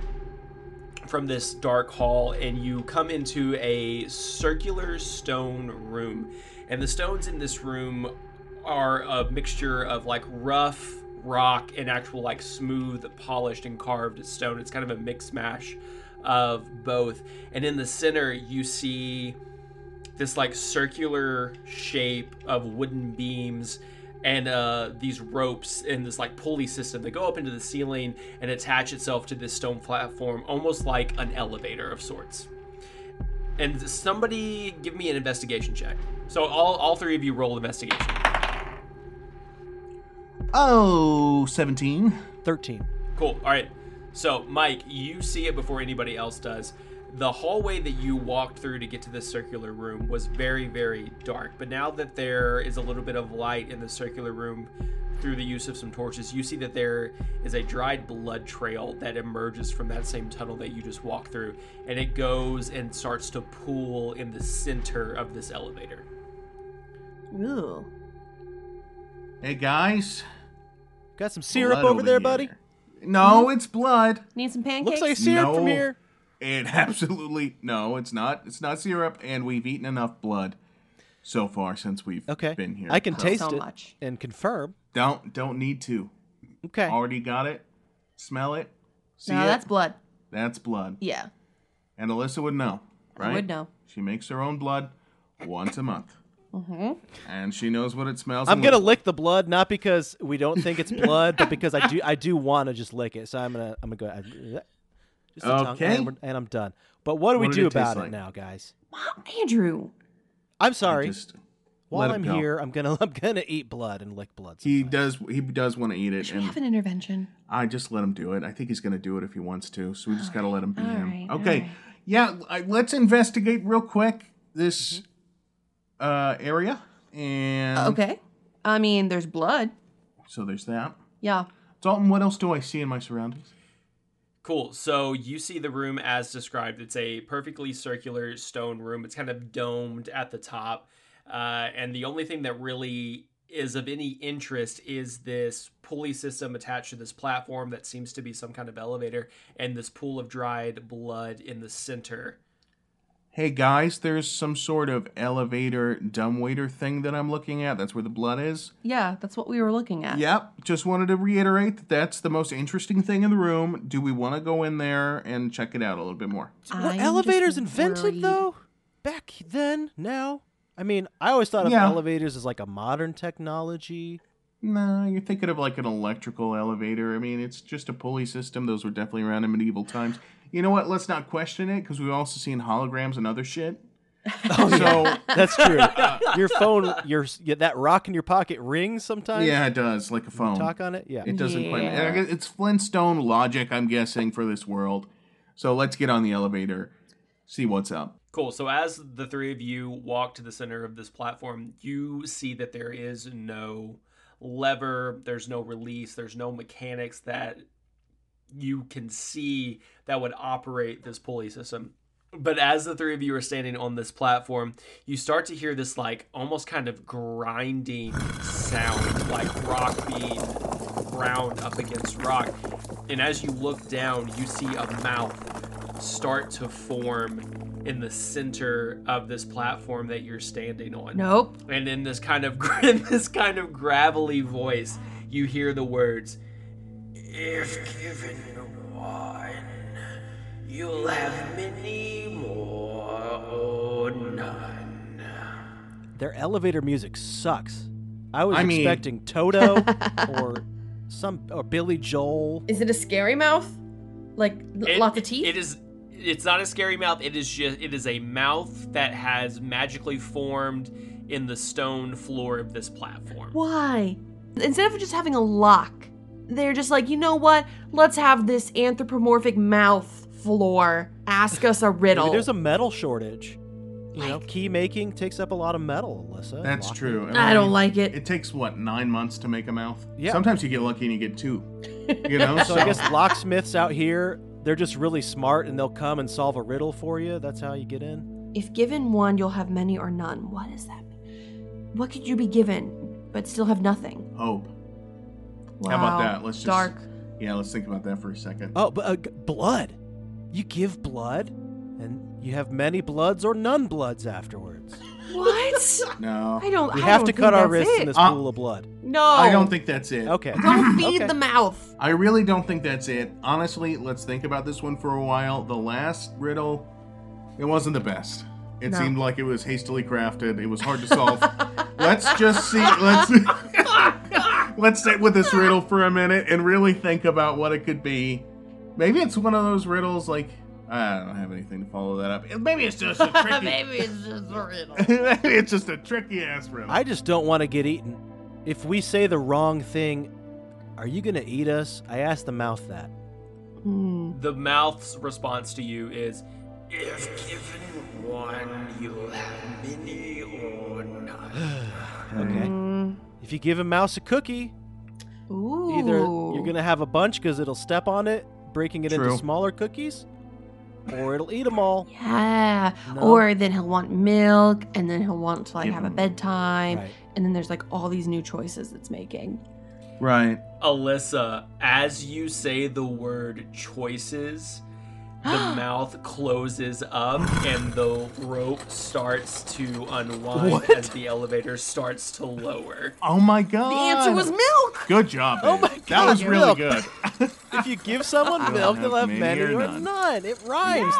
S2: from this dark hall, and you come into a circular stone room. And the stones in this room are a mixture of like rough rock and actual like smooth, polished, and carved stone. It's kind of a mix mash of both. And in the center, you see this like circular shape of wooden beams and uh, these ropes and this like pulley system that go up into the ceiling and attach itself to this stone platform, almost like an elevator of sorts. And somebody give me an investigation check. So all, all three of you roll investigation.
S3: Oh, 17.
S5: 13.
S2: Cool. All right. So, Mike, you see it before anybody else does. The hallway that you walked through to get to this circular room was very, very dark. But now that there is a little bit of light in the circular room, through the use of some torches, you see that there is a dried blood trail that emerges from that same tunnel that you just walked through, and it goes and starts to pool in the center of this elevator.
S4: Ooh.
S3: Hey guys,
S5: Got some syrup
S3: blood
S5: over there,
S3: here.
S5: buddy.
S3: No, it's blood.
S4: Need some pancakes?
S5: Looks like syrup
S3: No.
S5: from here.
S3: It absolutely no, it's not. It's not syrup, and we've eaten enough blood so far since we've
S5: Okay.
S3: been here.
S5: I can taste
S4: so
S5: it
S4: much.
S5: and confirm.
S3: don't don't need to.
S5: Okay.
S3: Already got it. Smell it. See
S4: no,
S3: it?
S4: that's blood.
S3: That's blood.
S4: Yeah.
S3: And Alyssa would know, right?
S4: would know.
S3: She makes her own blood once a month. Mm-hmm. And she knows what it smells.
S5: I'm
S3: and
S5: gonna
S3: looks-
S5: lick the blood, not because we don't think it's blood, but because I do I do want to just lick it. So I'm gonna I'm gonna go ahead. just the tongue,
S3: Okay.
S5: and, we're- and I'm done. But what do
S3: What
S5: we
S3: did
S5: do
S3: it taste
S5: about
S3: like?
S5: it now, guys?
S4: Andrew.
S5: I'm sorry.
S3: Just
S5: While
S3: let it
S5: I'm
S3: go.
S5: here, I'm gonna I'm gonna eat blood and lick blood.
S3: he does. He does want to eat it,
S4: Should we
S3: and
S4: have an intervention?
S3: I just let him do it. I think he's gonna do it if he wants to. So we just gotta let him be
S4: All
S3: him.
S4: right, all
S3: okay.
S4: right.
S3: Yeah. I, let's investigate real quick this uh, area. And
S4: Okay. I mean, there's blood.
S3: So there's that.
S4: Yeah.
S3: Dalton, what else do I see in my surroundings?
S2: Cool. So you see the room as described. It's a perfectly circular stone room. It's kind of domed at the top. Uh, and the only thing that really is of any interest is this pulley system attached to this platform that seems to be some kind of elevator and this pool of dried blood in the center.
S3: Hey guys, there's some sort of elevator dumbwaiter thing that I'm looking at. That's where the blood is.
S4: Yeah, that's what we were looking at.
S3: Yep. Just wanted to reiterate that that's the most interesting thing in the room. Do we want to go in there and check it out a little bit more?
S5: Were
S4: I'm
S5: elevators
S4: just
S5: invented
S4: worried.
S5: though? Back then, now? I mean, I always thought of
S3: Yeah.
S5: elevators as like a modern technology.
S3: No, you're thinking of like an electrical elevator. I mean, it's just a pulley system. Those were definitely around in medieval times. You know what? Let's not question it because we've also seen holograms and other shit. Oh,
S4: Oh,
S3: so
S5: That's true. your phone, your yeah, that rock in your pocket rings sometimes.
S3: yeah, it does like a phone.
S5: Talk on it. Yeah.
S3: It doesn't quite.
S4: Yeah.
S3: I guess It's Flintstone logic, I'm guessing, for this world. So let's get on the elevator, see what's up.
S2: Cool. So as the three of you walk to the center of this platform, you see that there is no lever, there's no release, there's no mechanics that you can see that would operate this pulley system. But as the three of you are standing on this platform, you start to hear this like almost kind of grinding sound, like rock being ground up against rock. And as you look down, you see a mouth start to form in the center of this platform that you're standing on.
S4: Nope.
S2: And in this kind of in this kind of gravelly voice, you hear the words, "If given one, you'll have many more or none."
S5: Their elevator music sucks. I was
S3: I mean-
S5: expecting Toto or some or Billy Joel.
S4: Is it a scary mouth? Like l-
S2: It-
S4: lots of teeth?
S2: It is. It's not a scary mouth. It is just. It is a mouth that has magically formed in the stone floor of this platform.
S4: Why? Instead of just having a lock, they're just like, you know what? Let's have this anthropomorphic mouth floor ask us a riddle.
S5: Maybe there's a metal shortage. You know, key making takes up a lot of metal, Alyssa.
S3: That's
S5: Lock-
S3: true. mean,
S4: I don't like it.
S3: It takes what nine months to make a mouth.
S5: Yeah.
S3: Sometimes you get lucky and you get two. You know.
S5: So I guess locksmiths out here, they're just really smart and they'll come and solve a riddle for you. That's how you get in.
S4: If given one, you'll have many or none. What does that mean? What could you be given but still have nothing?
S3: hope.
S4: Wow.
S3: How about that? Let's just
S4: dark.
S3: Yeah, let's think about that for a second.
S5: Oh, but uh, g- blood. You give blood, and you have many bloods or none bloods afterwards.
S4: What?
S3: No,
S4: I don't.
S5: We
S4: I
S5: have
S4: don't
S5: to
S4: think
S5: cut our
S4: that's
S5: wrists
S4: it.
S5: in this
S3: Uh,
S5: pool of blood.
S4: No,
S3: I don't think that's it.
S5: Okay.
S4: Don't feed
S5: Okay.
S4: the mouth.
S3: I really don't think that's it. Honestly, let's think about this one for a while. The last riddle, it wasn't the best. It
S4: No.
S3: seemed like it was hastily crafted. It was hard to solve. let's just see. Let's let's sit with this riddle for a minute and really think about what it could be. Maybe it's one of those riddles like I don't have anything to follow that up. Maybe it's just a tricky.
S4: Maybe it's just a riddle.
S3: Maybe it's just a tricky ass riddle.
S5: I just don't want to get eaten. If we say the wrong thing, are you going to eat us? I asked the mouth that.
S2: The mouth's response to you is, "If given one, you'll have many or none."
S5: Okay. If you give a mouse a cookie,
S4: Ooh.
S5: Either you're gonna have a bunch because it'll step on it, breaking it
S3: True.
S5: into smaller cookies, or it'll eat them all.
S4: Yeah.
S5: No.
S4: Or then he'll want milk, and then he'll want to like
S3: Give
S4: have a
S3: him-
S4: bedtime,
S7: Right.
S4: and then there's like all these new choices it's making.
S3: Right.
S2: Alyssa, as you say the word choices, the mouth closes up and the rope starts to unwind
S3: What?
S2: as the elevator starts to lower.
S3: Oh my god.
S4: The answer was milk.
S3: Good job.
S5: Oh
S3: Babe.
S5: my
S3: That
S5: God,
S3: was
S5: you're
S3: really
S5: up.
S3: good.
S5: If you give someone milk, they'll have many or none. It rhymes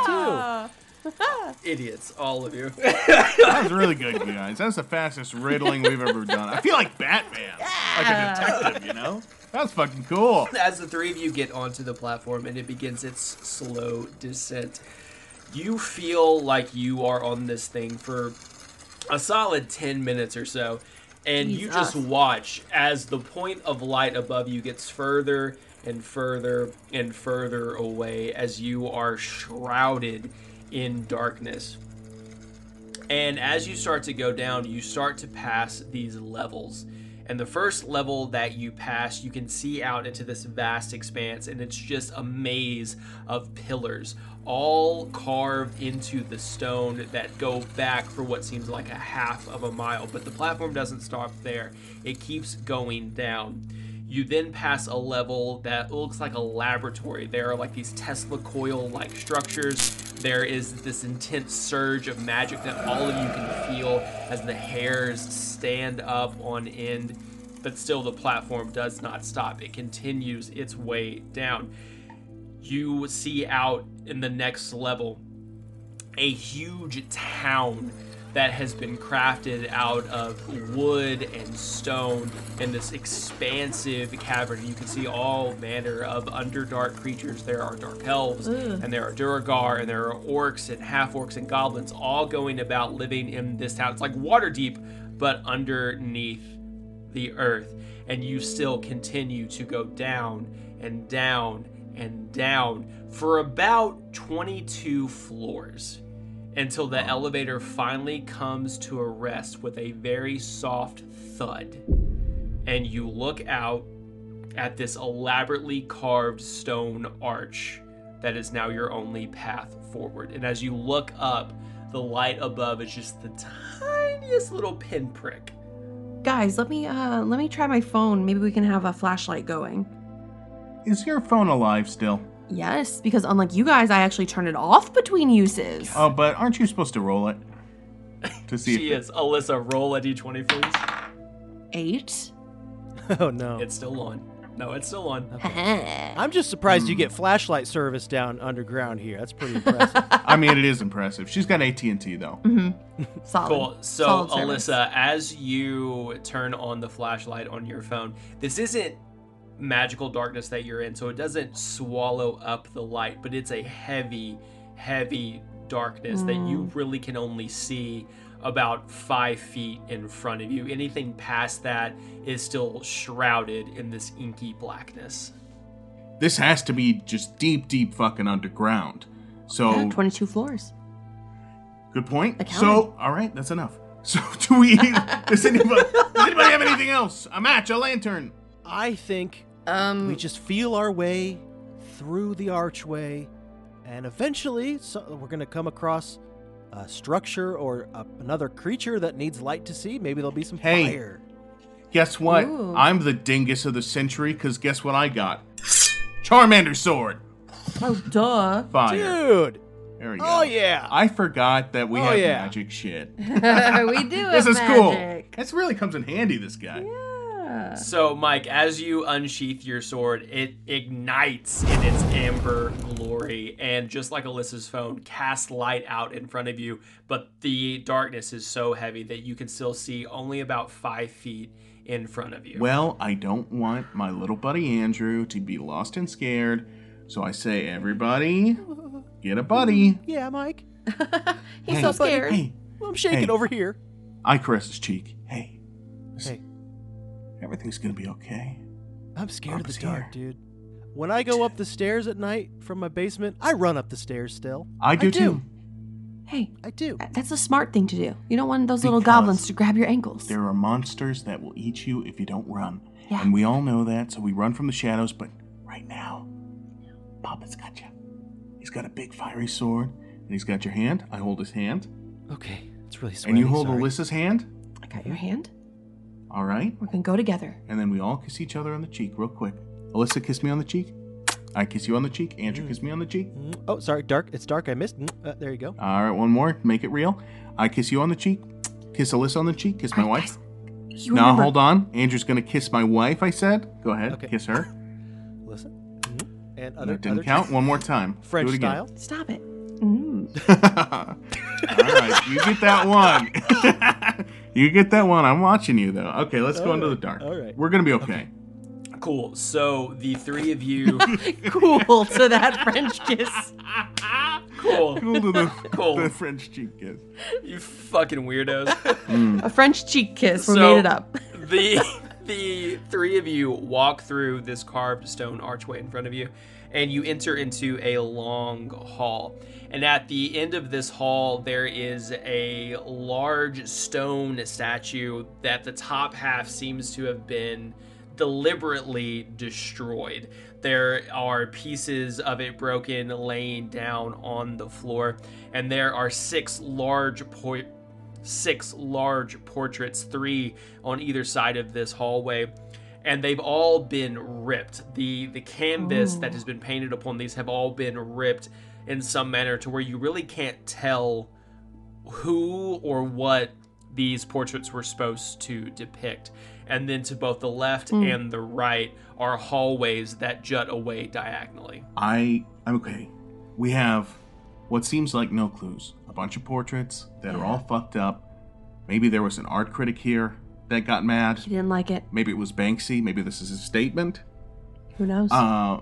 S2: Idiots, all of you.
S3: That was really good, you guys. That's the fastest riddling we've ever done. I feel like Batman, like a detective. You know, that's fucking cool.
S2: As the three of you get onto the platform and it begins its slow descent, you feel like you are on this thing for a solid 10 minutes or so. And you just
S4: Jesus.
S2: watch as the point of light above you gets further and further and further away as you are shrouded in darkness. And as you start to go down, you start to pass these levels. And the first level that you pass, you can see out into this vast expanse, and it's just a maze of pillars, all carved into the stone that go back for what seems like a half of a mile. But the platform doesn't stop there, it keeps going down. You then pass a level that looks like a laboratory. There are like these Tesla coil like structures. There is this intense surge of magic that all of you can feel as the hairs stand up on end. But still, the platform does not stop, it continues its way down. You see out in the next level a huge town that has been crafted out of wood and stone and this expansive cavern. You can see all manner of underdark creatures. There are dark elves, and there are Duragar, and there are orcs and half orcs and goblins all going about living in this town. It's like water deep, but underneath the earth, and you still continue to go down and down and down for about 22 floors until the elevator finally comes to a rest with a very soft thud. And you look out at this elaborately carved stone arch that is now your only path forward. And as you look up, the light above is just the tiniest little pinprick
S4: Guys, let me uh let me try my phone. Maybe we can have a flashlight going.
S3: Is your phone alive still?
S4: Yes, because unlike you guys, I actually turn it off between uses.
S3: Oh, but aren't you supposed to roll it to see?
S2: She
S3: if
S2: is. Alyssa, roll a d20, please.
S4: Eight.
S5: too. Oh no!
S2: It's still on. No, it's still on.
S5: I'm just surprised you get flashlight service down underground here. That's pretty impressive.
S3: I mean, it is impressive. She's got AT and T though.
S4: Solid.
S2: Cool. So,
S4: Solid service.
S2: Alyssa, as you turn on the flashlight on your phone, this isn't magical darkness that you're in, so it doesn't swallow up the light, but it's a heavy, heavy darkness that you
S4: Mm.
S2: really can only see about five feet in front of you. Anything past that is still shrouded in this inky blackness.
S3: This has to be just deep, deep fucking underground. So
S4: Yeah, 22 floors.
S3: Good point.
S4: Accounting.
S3: So, all right, that's enough. So, do we? does, anybody, does anybody have anything else? A match, a lantern.
S5: I think
S4: Um,
S5: we just feel our way through the archway, and eventually so we're gonna come across a structure or a, another creature that needs light to see. Maybe there'll be some
S3: Hey.
S5: fire.
S3: Guess what?
S4: Ooh.
S3: I'm the dingus of the century because guess what I got? Charmander's sword.
S4: oh, duh.
S3: Fire.
S5: Dude!
S3: There we go.
S5: Oh yeah!
S3: I forgot that we
S5: Oh,
S3: have
S5: yeah.
S3: magic shit.
S4: we do
S3: This
S4: have
S3: is cool.
S4: magic.
S3: This really comes in handy, this guy.
S4: Yeah.
S2: So, Mike, as you unsheath your sword, it ignites in its amber glory, and just like Alyssa's phone, casts light out in front of you. But the darkness is so heavy that you can still see only about five feet in front of you.
S3: Well, I don't want my little buddy Andrew to be lost and scared. So I say, everybody, get a buddy.
S5: Yeah, Mike.
S4: He's
S3: Hey,
S4: so scared.
S3: Hey,
S5: Well, I'm shaking
S3: Hey.
S5: over here.
S3: I caress his cheek. Hey, listen,
S5: Hey,
S3: everything's gonna be okay.
S5: I'm scared of
S3: Papa's
S5: the dark,
S3: here.
S5: dude. When I go up the stairs at night from my basement, I run up the stairs still.
S3: I do,
S5: do.
S3: too.
S4: Hey,
S5: I do.
S4: that- that's a smart thing to do. You don't want those little
S3: Because
S4: goblins to grab your ankles.
S3: There are monsters that will eat you if you don't run.
S4: Yeah.
S3: And we all know that, so we run from the shadows, but right now, Papa's got you. He's got a big fiery sword, and he's got your hand. I hold his hand,
S7: Okay, it's really sweaty.
S3: and you hold
S7: sorry.
S3: Alyssa's hand.
S4: I got your hand.
S3: All right.
S4: We're gonna go together.
S3: And then we all kiss each other on the cheek real quick. Alyssa, kiss me on the cheek. I kiss you on the cheek. Andrew, kiss me on the cheek.
S5: Mm, Oh, sorry, dark. It's dark. I missed. Mm, uh, there you go.
S3: All right, one more. Make it real. I kiss you on the cheek. Kiss Alyssa on the cheek. Kiss my
S4: All right,
S3: wife.
S4: guys, you
S3: No,
S4: remember-
S3: hold on. Andrew's gonna kiss my wife. I said. Go ahead.
S5: Okay.
S3: Kiss her.
S5: Listen. Mm, And
S3: No,
S5: other
S3: it didn't
S5: other
S3: count. One more time.
S5: French
S3: Do it again.
S5: style.
S4: Stop it. Mm.
S3: All right, you get that one. you get that one. I'm watching you though. Okay, let's go into the dark.
S5: all right.
S3: we're gonna be okay.
S2: Cool. So the three of you.
S4: cool to that French kiss.
S2: cool.
S3: Cool to the,
S2: Cool.
S3: the French cheek kiss.
S2: You fucking weirdos.
S4: A French cheek kiss. We
S2: So-
S4: made it up.
S2: the the three of you walk through this carved stone archway in front of you and you enter into a long hall and at the end of this hall there is a large stone statue that the top half seems to have been deliberately destroyed there are pieces of it broken laying down on the floor and there are six large po- six large portraits, three on either side of this hallway, and they've all been ripped. The the canvas that has been painted upon these have all been ripped in some manner to where you really can't tell who or what these portraits were supposed to depict. And then to both the left and the right are hallways that jut away diagonally.
S3: I I'm okay. We have what seems like no clues. A bunch of portraits that are all fucked up. Maybe there was an art critic here that got mad.
S4: You didn't like it.
S3: Maybe it was Banksy. Maybe this is his statement.
S4: Who knows?
S3: Uh,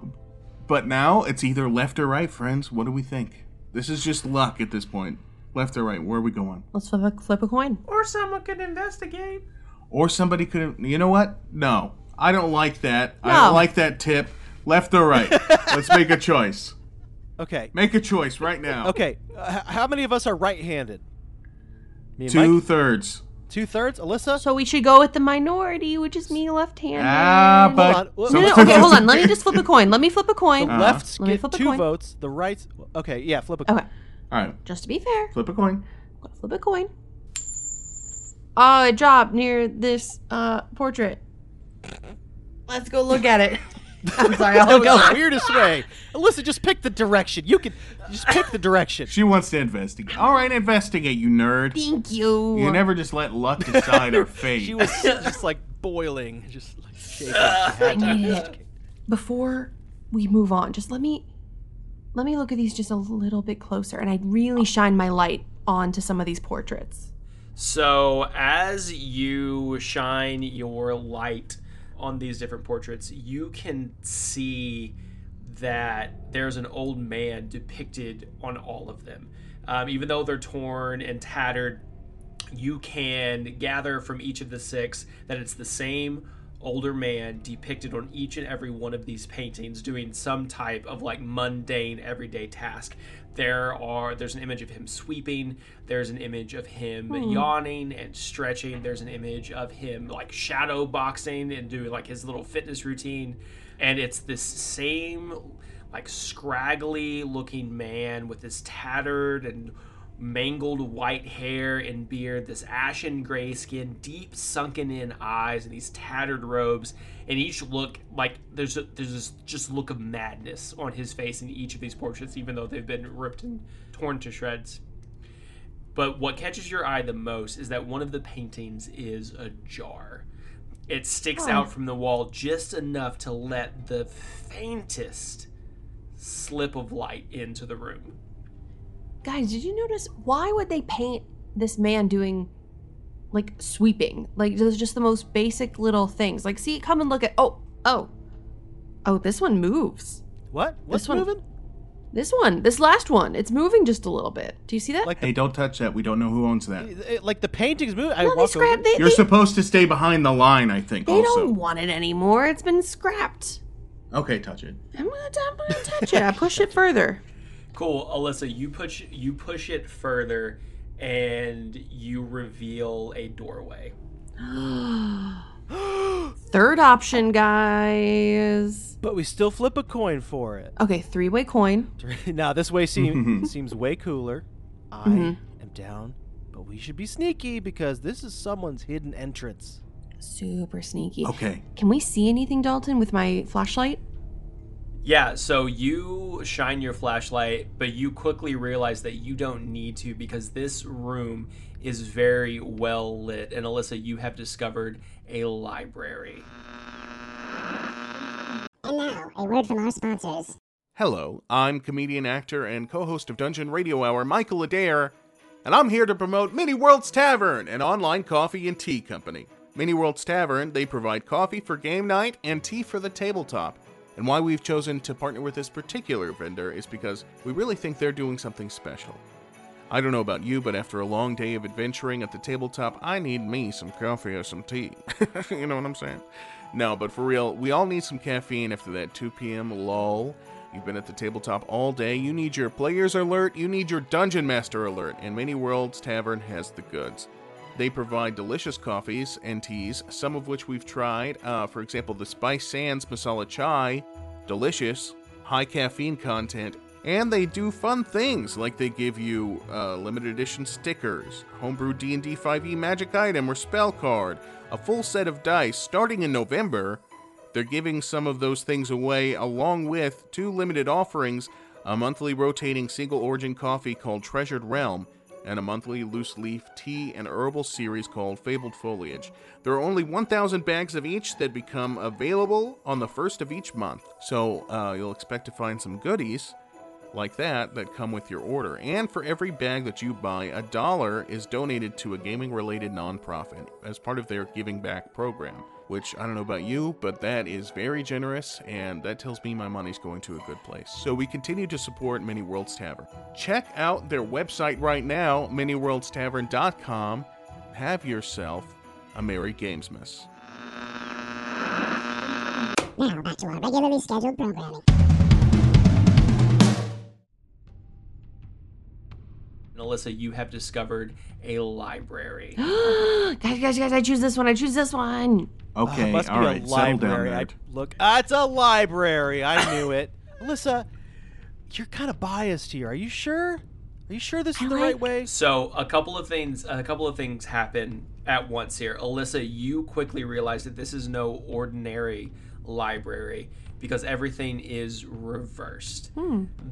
S3: but now it's either left or right, friends. What do we think? This is just luck at this point. Left or right, where are we going?
S4: Let's flip a, flip a coin.
S2: Or someone could investigate.
S3: Or somebody could have. You know what? No. I don't like that. I
S4: No.
S3: don't like that tip. Left or right? Let's make a choice.
S5: Okay.
S3: Make a choice right now.
S5: Okay. Uh, h- how many of us are right-handed? Me and
S3: Two
S5: Mike.
S3: thirds.
S5: Two thirds. Alyssa.
S4: So we should go with the minority, which is me left-handed.
S3: Ah, but.
S5: Hold on.
S4: No, no, no, okay, hold on. Let me just flip a coin. Let me flip a coin.
S5: The lefts
S4: uh, Let me
S5: get
S4: flip a
S5: two
S4: coin.
S5: votes. The rights. Okay, yeah, flip a coin.
S4: Okay,
S3: All right.
S4: just to be fair,
S3: Flip a coin.
S4: I'm gonna flip a coin. Oh, it dropped near this uh, portrait. Let's go look at it. I'm sorry. I'll
S5: That
S4: go.
S5: was the weirdest way. Listen, just pick the direction. You can just pick the direction.
S3: She wants to investigate. All right, investigate, you nerd.
S4: Thank you.
S3: You never just let luck decide our fate.
S5: She was just like boiling, just like shaking. She had to
S4: needed it.
S5: investigate.
S4: Before we move on, just let me let me look at these just a little bit closer, and I'd really shine my light onto some of these portraits.
S2: So, as you shine your light on these different portraits, you can see that there's an old man depicted on all of them. Um, even though they're torn and tattered, you can gather from each of the six that it's the same older man depicted on each and every one of these paintings doing some type of like mundane everyday task there are there's an image of him sweeping there's an image of him yawning and stretching there's an image of him like shadow boxing and doing like his little fitness routine and it's this same like scraggly looking man with this tattered and mangled white hair and beard, this ashen gray skin, deep sunken in eyes, and these tattered robes, and each look like there's a, there's this just look of madness on his face in each of these portraits, even though they've been ripped and torn to shreds. But what catches your eye the most is that one of the paintings is a jar. It sticks out from the wall just enough to let the faintest slip of light into the room.
S4: Guys, did you notice why would they paint this man doing like sweeping? Like those just the most basic little things. Like see, come and look at oh, oh. Oh, this one moves.
S5: What? What's
S4: This one-
S5: moving?
S4: This one, this last one, it's moving just a little bit. Do you see that?
S5: Like
S3: hey, don't touch that. We don't know who owns that.
S5: It- Like the painting's moving.
S4: no,
S5: I
S4: they
S5: walk over.
S4: scrapped they,
S3: You're
S4: they,
S3: supposed to stay behind the line, I think.
S4: they
S3: also.
S4: don't want it anymore. It's been scrapped.
S3: Okay, touch it.
S4: I'm gonna, I'm gonna touch it. I push it further.
S2: Cool, Alyssa, you push you push it further, and you reveal a doorway.
S4: Third option, guys.
S5: But we still flip a coin for it.
S4: Okay, three way coin.
S5: now this way seem, seems way cooler. I am down, but we should be sneaky because this is someone's hidden entrance.
S4: Super sneaky.
S3: Okay.
S4: Can we see anything, Dalton, with my flashlight?
S2: Yeah, so you shine your flashlight, but you quickly realize that you don't need to because this room is very well lit. And Alyssa, you have discovered a library.
S8: And now, a word from our sponsors.
S3: Hello, I'm comedian, actor, and co host of Dungeon Radio Hour, Michael Adair, and I'm here to promote Mini Worlds Tavern, an online coffee and tea company. Mini Worlds Tavern, they provide coffee for game night and tea for the tabletop. And why we've chosen to partner with this particular vendor is because we really think they're doing something special. I don't know about you, but after a long day of adventuring at the tabletop, I need me some coffee or some tea. you know what I'm saying? No, but for real, we all need some caffeine after that 2 p.m. lull. You've been at the tabletop all day. You need your player's alert, you need your dungeon master alert, and Many Worlds Tavern has the goods. They provide delicious coffees and teas, some of which we've tried. Uh, for example, the Spice Sands Masala Chai, delicious, high caffeine content, and they do fun things like they give you uh, limited edition stickers, homebrew D&D 5e E magic item or spell card, a full set of dice starting in November. They're giving some of those things away along with two limited offerings, a monthly rotating single origin coffee called Treasured Realm, and a monthly loose leaf tea and herbal series called Fabled Foliage. There are only 1,000 bags of each that become available on the first of each month, so uh, you'll expect to find some goodies like that that come with your order. And for every bag that you buy, a dollar is donated to a gaming related nonprofit as part of their giving back program, which I don't know about you, but that is very generous and that tells me my money's going to a good place. So we continue to support Many Worlds Tavern. Check out their website right now, manyworldstavern.com. Have yourself a Merry Gamesmas.
S8: Now, back to our regularly scheduled programming.
S2: And Alyssa, you have discovered a library.
S4: guys, guys, guys, I choose this one. I choose this one.
S3: Okay,
S5: Must be a library. I look, ah, it's a library. I knew it. Alyssa, you're kind of biased here. Are you sure? Are you sure this is the right
S4: like-
S5: way?
S2: So a couple of things a couple of things happen at once here. Alyssa, you quickly realize that this is no ordinary library because everything is reversed.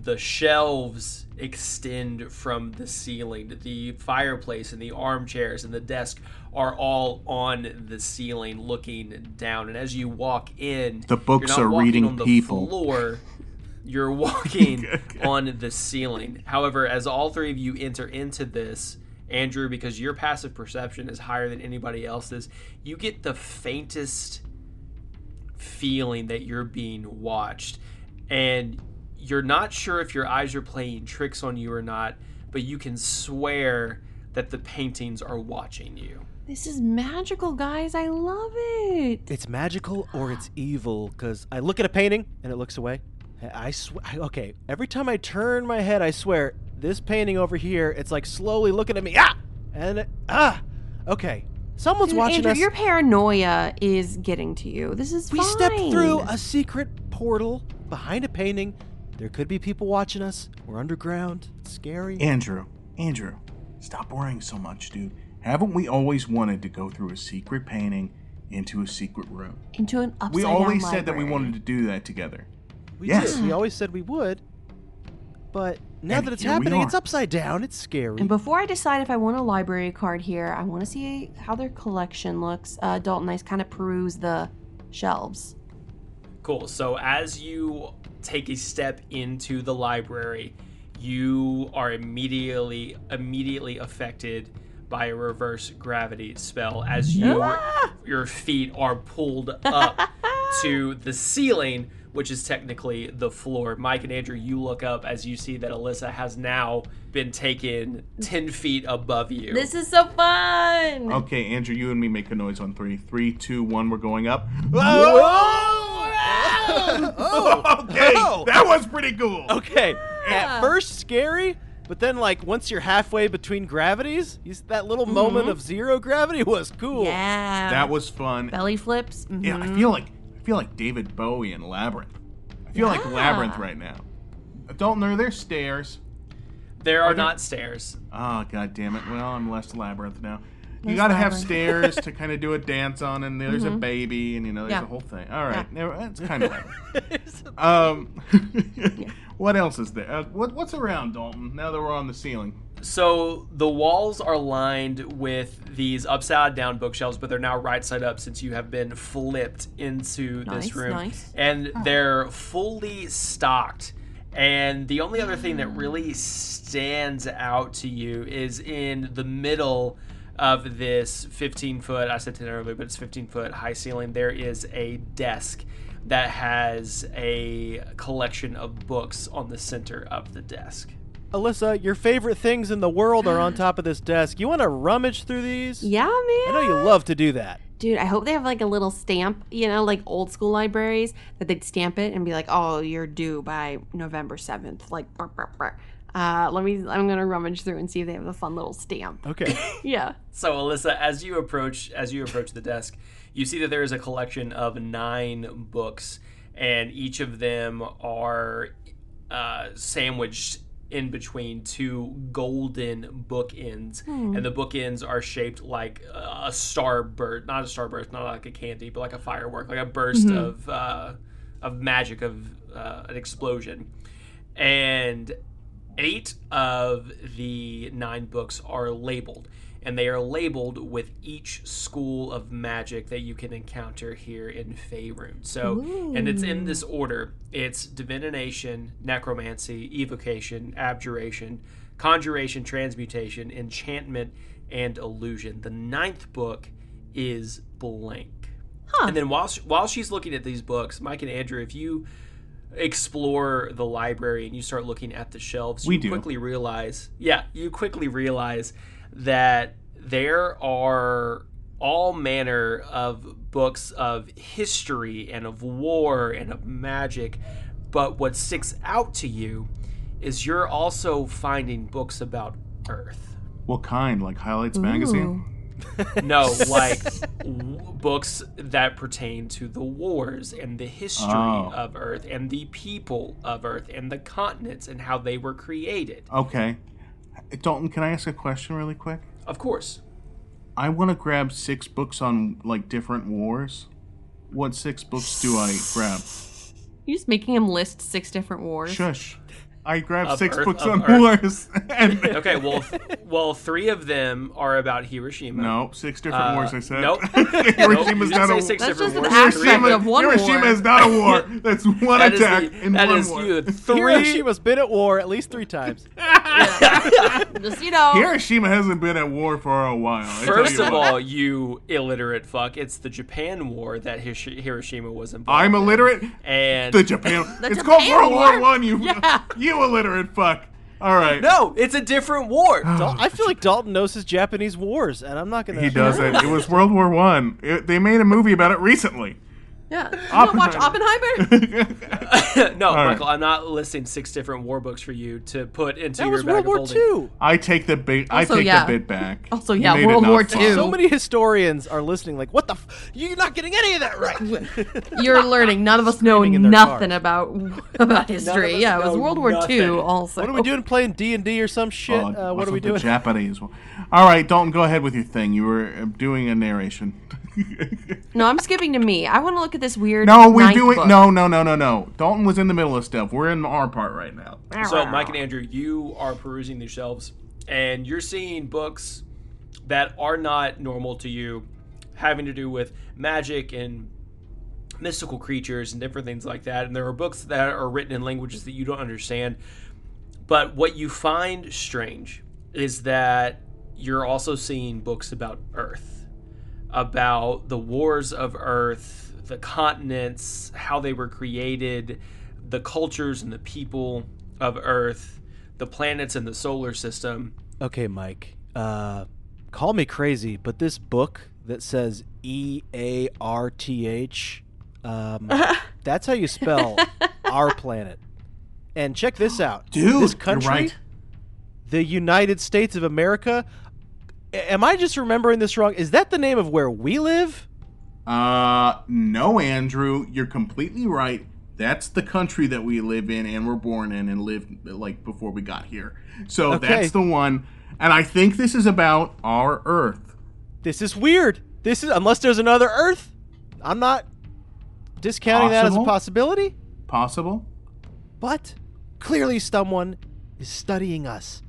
S2: The shelves extend from the ceiling. The fireplace and the armchairs and the desk are all on the ceiling looking down. And as you walk in,
S3: The books
S2: you're
S3: are
S2: not walking
S3: reading
S2: on the
S3: people.
S2: floor. You're walking on the ceiling. However, as all three of you enter into this, Andrew, because your passive perception is higher than anybody else's, you get the faintest feeling that you're being watched. And you're not sure if your eyes are playing tricks on you or not, but you can swear that the paintings are watching you.
S4: This is magical, guys. I love it.
S5: it's magical or it's evil because i look at a painting and it looks away i, I swear okay every time i turn my head i swear this painting over here it's like slowly looking at me ah and it, ah okay someone's
S4: Dude,
S5: watching
S4: Andrew,
S5: us
S4: your paranoia is getting to you. This is
S5: we
S4: fine.
S5: stepped through a secret portal behind a painting there could be people watching us we're underground it's scary
S3: Andrew, Andrew, stop worrying so much, dude. Haven't we always wanted to go through a secret painting into a secret room?
S4: into an upside
S3: We always
S4: down
S3: said that we
S4: library.
S3: wanted to do that together.
S5: we
S3: yes.
S5: did. we always said we would but now
S3: And
S5: that it's
S3: here we
S5: happening
S3: are.
S5: it's upside down it's scary
S4: And before I decide if I want a library card here, I want to see how their collection looks. Uh, Dalton, I kind of peruse the shelves.
S2: Cool. So as you take a step into the library, you are immediately immediately affected by a reverse gravity spell as your your feet are pulled up to the ceiling, which is technically the floor. Mike and Andrew, you look up as you see that Alyssa has now been taken ten feet above you.
S4: This is so fun.
S3: Okay, Andrew, you and me make a noise on three. Three, two, one, we're going up. okay,
S5: Oh.
S3: that was pretty cool.
S5: Okay. At first scary, but then like once you're halfway between gravities, you, s- that little moment of zero gravity was cool.
S4: Mm-hmm. Yeah.
S3: That was fun.
S4: belly flips. Mhm.
S3: Yeah, I feel like I feel like David Bowie in Labyrinth. I feel like Labyrinth right now. Adult nerd, there's stairs.
S2: There are not stairs.
S3: Oh god damn it. Well, I'm less labyrinth now. You gotta have stairs to kind of do a dance on, and there's a baby, and you know there's
S4: Mm-hmm. Yeah.
S3: a whole thing. All right, never, that's kind of like. um, what else is there? Uh, what, what's around Dalton? Now that we're on the ceiling,
S2: So the walls are lined with these upside down bookshelves, but they're now right side up since you have been flipped into
S4: Nice,
S2: this room.
S4: nice. Oh.
S2: And they're fully stocked. And the only other thing that
S4: Mm.
S2: really stands out to you is in the middle of this 15 foot, I said 10 earlier, but it's 15 foot high ceiling, there is a desk that has a collection of books on the center of the desk.
S5: Alyssa, your favorite things in the world are on top of this desk. You want to rummage through these?
S4: Yeah, man.
S5: I know you love to do that.
S4: Dude, I hope they have like a little stamp, you know, like old school libraries that they'd stamp it and be like, "Oh, you're due by November 7th." Like brr, brr, brr. Uh, let me I'm going to rummage through and see if they have a fun little stamp.
S5: Okay.
S4: Yeah.
S2: So Alyssa, as you approach as you approach the desk, you see that there is a collection of nine books, and each of them are uh, sandwiched in between two golden bookends, and the bookends are shaped like a starburst, not a starburst, not like a candy, but like a firework, like a burst of uh, of magic of uh, an explosion, and eight of the nine books are labeled and they are labeled with each school of magic that you can encounter here in Faerun. So, and it's in this order: it's divination, necromancy, evocation, abjuration, conjuration, transmutation, enchantment, and illusion. The ninth book is blank. And then while she, while she's looking at these books, Mike and Andrew, if you explore the library and you start looking at the shelves,
S3: We
S2: you
S3: do.
S2: quickly realize, yeah, you quickly realize that there are all manner of books of history and of war and of magic, but what sticks out to you is you're also finding books about Earth.
S3: what kind? Like highlights magazine?
S2: No, like w- books that pertain to the wars and the history
S3: Oh.
S2: of Earth and the people of Earth and the continents and how they were created.
S3: Okay, Dalton, can I ask a question really quick?
S2: Of course.
S3: I want to grab six books on like different wars. What six books do I grab?
S4: You're just making him list six different wars.
S3: Shush. I grabbed
S2: Of
S3: six
S2: Earth,
S3: books
S2: of
S3: on
S2: Earth.
S3: wars. and
S2: Okay, well, th- well, three of them are about Hiroshima.
S3: No, six different
S2: Uh,
S3: wars. I said.
S2: nope. Nope, you didn't
S3: Hiroshima's not a
S2: say
S3: war.
S2: six
S4: That's
S2: different
S4: just an
S2: wars. Three of
S4: abstract
S3: Hiroshima,
S4: of one
S3: Hiroshima
S4: war.
S3: is not a war. That's one
S2: That is
S3: attack
S2: the-
S3: in
S2: that
S3: one
S2: is
S3: war.
S2: you. Three.
S5: Hiroshima's been at war at least three times.
S4: Just, you know.
S3: Hiroshima hasn't been at war for a while. I tell
S2: First
S3: you
S2: of
S3: what.
S2: all, you illiterate fuck! It's the Japan War that Hish- Hiroshima was involved.
S3: I'm
S2: in.
S3: illiterate.
S2: And
S3: The Japan.
S4: The
S3: it's
S4: Japan
S3: called World War
S4: War?
S3: One. You,
S4: Yeah.
S3: you illiterate fuck. All right.
S2: no, it's a different war.
S5: Dal- I feel like Dalton knows his Japanese wars, and I'm not gonna.
S3: Oh. He doesn't. It was World War One. It- They made a movie about it recently.
S4: Yeah. You don't watch Oppenheimer?
S2: no,
S3: right.
S2: Michael, I'm not listing six different war books for you to put into
S5: That
S2: your
S5: was
S2: bag
S5: World
S2: of
S5: War
S2: holding.
S5: II.
S3: I take the bit. I
S4: Also,
S3: take
S4: yeah.
S3: the bit back.
S4: Also,
S3: You
S4: yeah,
S3: made it
S4: World
S3: not
S4: War
S3: fun.
S4: Two.
S5: So many historians are listening. Like, what the? F- You're not getting any of that right.
S4: You're learning. None of us know
S5: Screaming in their
S4: nothing
S5: cars.
S4: about about history. Yeah, it was
S2: know
S4: World War
S2: nothing.
S4: II also.
S5: What are we doing? Playing D and D or some shit?
S3: Oh,
S5: uh, what
S3: also
S5: are we
S3: the
S5: doing?
S3: Japanese one. All right, Dalton, go ahead with your thing. You were uh, doing a narration.
S4: No, I'm skipping to me. I want to look at this weird
S3: no, we're
S4: ninth
S3: doing
S4: book.
S3: no, no, no, no, no. Dalton was in the middle of stuff. We're in our part right now.
S2: So, Mike and Andrew, you are perusing these shelves and you're seeing books that are not normal to you, having to do with magic and mystical creatures and different things like that. And there are books that are written in languages that you don't understand. But what you find strange is that you're also seeing books about Earth, about the wars of Earth, the continents, how they were created, the cultures and the people of Earth, the planets and the solar system.
S5: Okay, Mike. Uh, call me crazy, but this book that says E A R T H, um, That's how you spell our planet. And check this out.
S3: Dude,
S5: this country,
S3: you're right.
S5: the United States of America. A- Am I just remembering this wrong? Is that the name of where we live?
S3: Uh, no, Andrew, you're completely right. That's the country that we live in and were born in and lived like before we got here. So
S5: Okay.
S3: that's the one. And I think this is about our Earth.
S5: This is weird. This is unless there's another Earth. I'm not discounting that as a
S3: Possible?
S5: possibility,
S3: Possible?
S5: but clearly someone is studying us.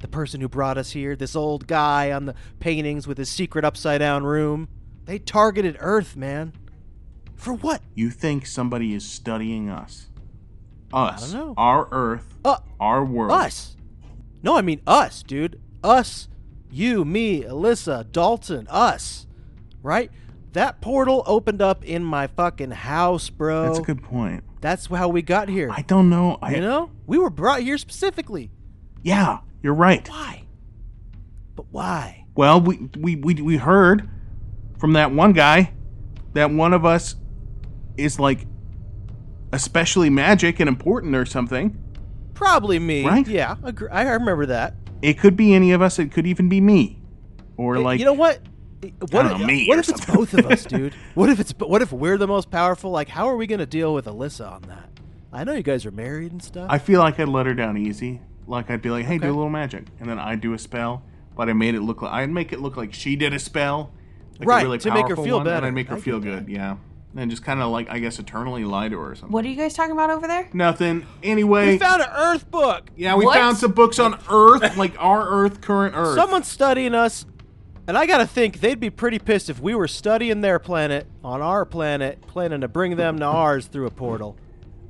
S5: The person who brought us here, this old guy on the paintings with his secret upside down room, they targeted Earth, man. For what?
S3: You think somebody is studying us? Us.
S5: don't know.
S3: Our Earth.
S5: Uh,
S3: our world.
S5: us. No, I mean us, dude. Us, you, me, Alyssa, Dalton, us. Right? That portal opened up in my fucking house, bro.
S3: That's a good point.
S5: That's how we got here.
S3: I don't know. I
S5: you know? We were brought here specifically.
S3: Yeah, you're right.
S5: Why? But why?
S3: Well, we we, we we heard from that one guy that one of us is like especially magic and important or something.
S5: Probably me.
S3: Right?
S5: Yeah, agree. I remember that.
S3: It could be any of us. It could even be me, or like
S5: you know what? What,
S3: don't know, me
S5: what
S3: or
S5: if it's
S3: something.
S5: both of us, dude? What if it's what if we're the most powerful? Like, how are we gonna deal with Alyssa on that? I know you guys are married and stuff.
S3: I feel like I'd let her down easy. Like I'd be like, "Hey, do a little magic," and then I'd do a spell, but I made it look like I'd make it look like she did a spell, like a
S5: Right,
S3: really
S5: to make her
S3: powerful
S5: feel
S3: one, and
S5: better.
S3: I'd make her
S5: I
S3: feel good, yeah, and just kind of like I guess eternally lie to her or something.
S4: What are you guys talking about over there?
S3: Nothing. Anyway,
S5: we found an Earth book.
S3: Yeah, we
S4: What?
S3: found some books on Earth, like our Earth, current Earth.
S5: Someone's studying us, and I gotta think they'd be pretty pissed if we were studying their planet on our planet, planning to bring them to ours through a portal.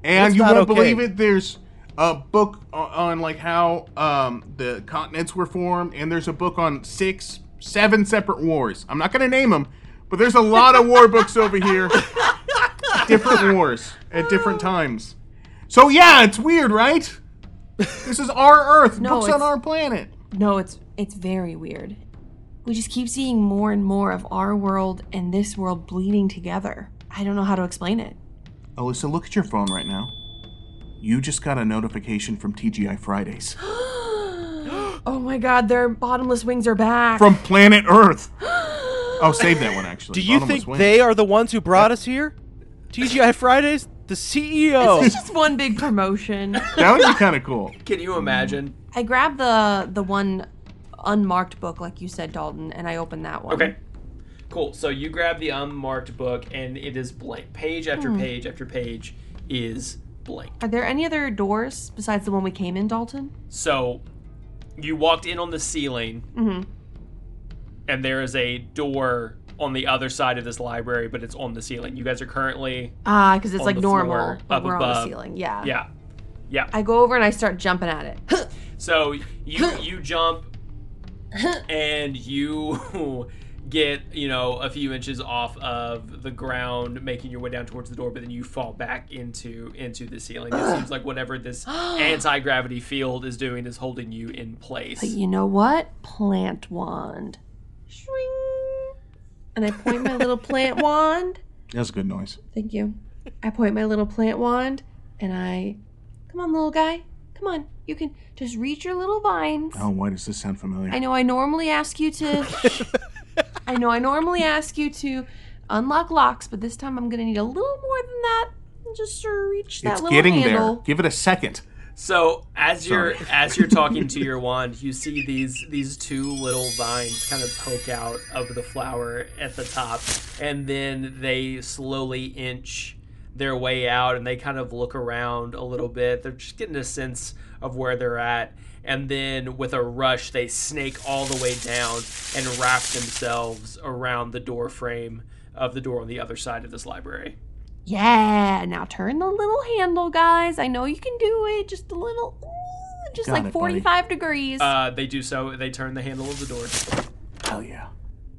S3: and
S5: That's
S3: you
S5: not
S3: won't
S5: okay.
S3: believe it. There's a book o- on like how um, the continents were formed, and there's a book on six, seven separate wars. I'm not gonna name them, but there's a lot of war books over here. different wars at different times. So yeah, it's weird, right? This is our Earth.
S4: No,
S3: books on
S4: it's-
S3: our planet.
S4: No, it's it's very weird. We just keep seeing more and more of our world and this world bleeding together. I don't know how to explain it.
S3: Alyssa, look at your phone right now. You just got a notification from TGI Fridays.
S4: Oh my god, their bottomless wings are back.
S3: from planet Earth. Oh, save that one actually.
S5: Do you
S3: Bottomless
S5: think
S3: wing.
S5: they are the ones who brought us here? TGI Fridays, the E CEO.
S4: it's just one big promotion.
S3: That would be kind of cool.
S2: Can you imagine?
S4: I grabbed the the one unmarked book like you said Dalton and I opened that one.
S2: Okay. Cool. So you grab the unmarked book, and it is blank. Page after page after page is blank.
S4: Are there any other doors besides the one we came in, Dalton?
S2: So you walked in on the ceiling, and there is a door on the other side of this library, but it's on the ceiling. You guys are currently,
S4: Ah, because it's
S2: On
S4: like
S2: the floor,
S4: normal. but
S2: up
S4: we're on the
S2: above.
S4: ceiling. Yeah.
S2: yeah, yeah.
S4: I go over and I start jumping at it.
S2: So you you jump and you get, you know, a few inches off of the ground, making your way down towards the door, but then you fall back into into the ceiling. It seems like whatever this anti-gravity field is doing is holding you in
S4: But
S2: place.
S4: you know what? Plant wand. Shring. And I point my little plant wand.
S3: That's a good noise.
S4: Thank you. I point my little plant wand and I. Come on, little guy. Come on. You can just reach your little vines.
S3: Oh, why does this sound familiar?
S4: I know I normally ask you to. I know I normally ask you to unlock locks, but this time I'm going to need a little more than that. Just to reach that
S3: it's
S4: little
S3: getting
S4: handle.
S3: there. Give it a second.
S2: So as you're
S3: Sorry.
S2: as you're talking to your wand, you see these these two little vines kind of poke out of the flower at the top, and then they slowly inch their way out, and they kind of look around a little bit. They're just getting a sense of where they're at, and then with a rush, they snake all the way down and wrap themselves around the door frame of the door on the other side of this library.
S4: Yeah, now turn the little handle, guys. I know you can do it. Just a little, ooh, just
S3: Got
S4: like
S3: it, buddy.
S4: 45 degrees.
S2: Uh, they do so. They turn the handle of the door.
S5: Oh,
S3: Hell yeah.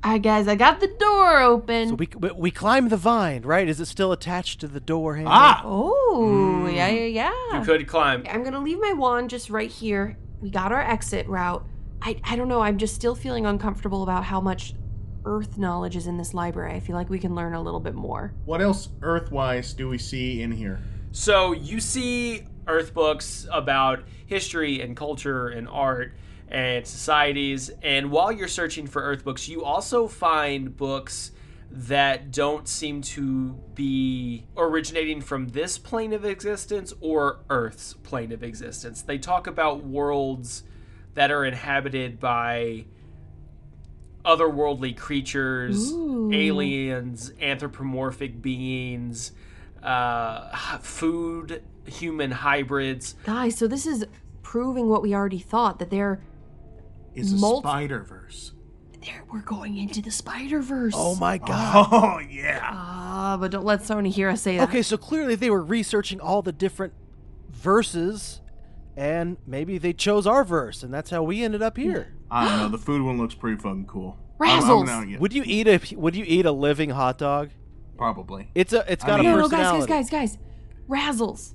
S4: All right, guys, I got the door open.
S5: so we, we we climb the vine, right? Is it still attached to the door handle?
S3: Ah,
S4: oh, yeah, yeah,
S2: You
S4: yeah.
S2: could climb.
S4: I'm going to leave my wand just right here. We got our exit route. I, I don't know. I'm just still feeling uncomfortable about how much Earth knowledge is in this library. I feel like we can learn a little bit more.
S3: What else Earthwise do we see in here?
S2: So you see Earth books about history and culture and art and societies. And while you're searching for Earth books, you also find books that don't seem to be originating from this plane of existence or Earth's plane of existence. They talk about worlds that are inhabited by otherworldly creatures, aliens, anthropomorphic beings, uh, h- food, human hybrids.
S4: Guys, so this is proving what we already thought that they're,
S3: Is a
S4: Multi-
S3: Spider Verse.
S4: they're we're going into the Spider Verse.
S5: Oh my god.
S3: Oh yeah.
S4: Ah, but don't let Sony hear us say that.
S5: Okay, so clearly they were researching all the different verses, and maybe they chose our verse, and that's how we ended up here.
S3: I don't know. The food one looks pretty fucking cool.
S4: Razzles.
S3: I'm, I'm yeah,
S5: Would you eat a Would you eat a living hot dog?
S3: probably.
S5: It's a. It's got
S3: mean-
S5: a
S4: No, no, guys,
S5: personality.
S4: guys, guys, guys. Razzles.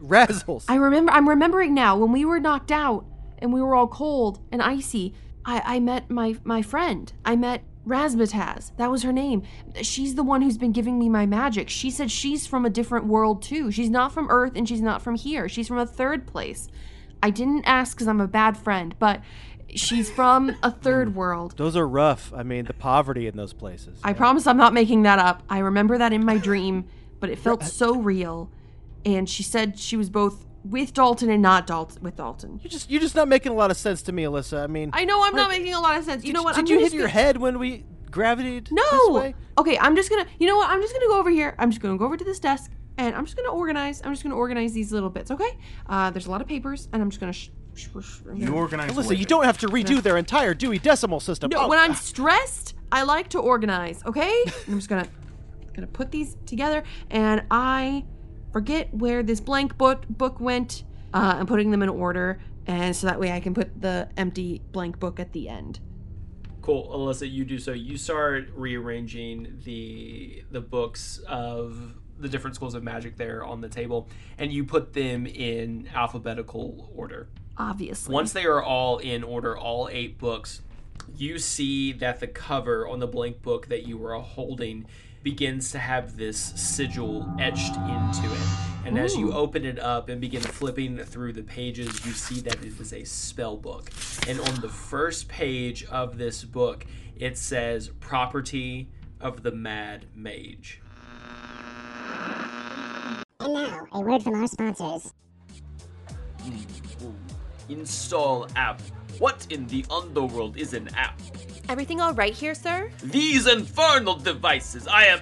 S5: Razzles.
S4: I remember. I'm remembering now when we were knocked out and we were all cold and icy. I, I met my my friend. I met Razmataz. That was her name. She's the one who's been giving me my magic. She said she's from a different world too. She's not from Earth and she's not from here. She's from a third place. I didn't ask because I'm a bad friend, but she's from a third world.
S5: Those are rough. I mean, the poverty in those places.
S4: I promise I'm not making that up. I remember that in my dream, but it felt so real. And she said she was both with Dalton and not Dalton with Dalton.
S5: You're just you're just not making a lot of sense to me, Alyssa. I mean,
S4: I know I'm not making a lot of sense. You know what?
S5: Did
S4: I'm
S5: you
S4: gonna
S5: hit
S4: just
S5: your
S4: go-
S5: head when we gravitated? This
S4: No.
S5: way?
S4: Okay, I'm just gonna. You know what? I'm just gonna go over here. I'm just gonna go over to this desk, and I'm just gonna organize. I'm just gonna organize these little bits. Okay. Uh, there's a lot of papers, and I'm just gonna. Sh- sh- sh-
S3: You organize.
S5: Alyssa,
S3: with
S5: you
S3: it.
S5: don't have to redo their entire Dewey Decimal System.
S4: No,
S5: Oh,
S4: when I'm stressed, I like to organize. Okay. I'm just gonna gonna put these together, and I forget where this blank book book went. Uh, I'm putting them in order, and so that way I can put the empty blank book at the end.
S2: Cool, Alyssa, you do so. You start rearranging the the books of the different schools of magic there on the table, and you put them in alphabetical order.
S4: Obviously.
S2: Once they are all in order, all eight books, you see that the cover on the blank book that you were holding begins to have this sigil etched into it. And as you open it up and begin flipping through the pages, you see that it is a spell book. And on the first page of this book, it says Property of the Mad Mage.
S8: And now, a word from our sponsors.
S2: Install app. What in the underworld is an app?
S4: Everything all right here, sir?
S2: These infernal devices! I am.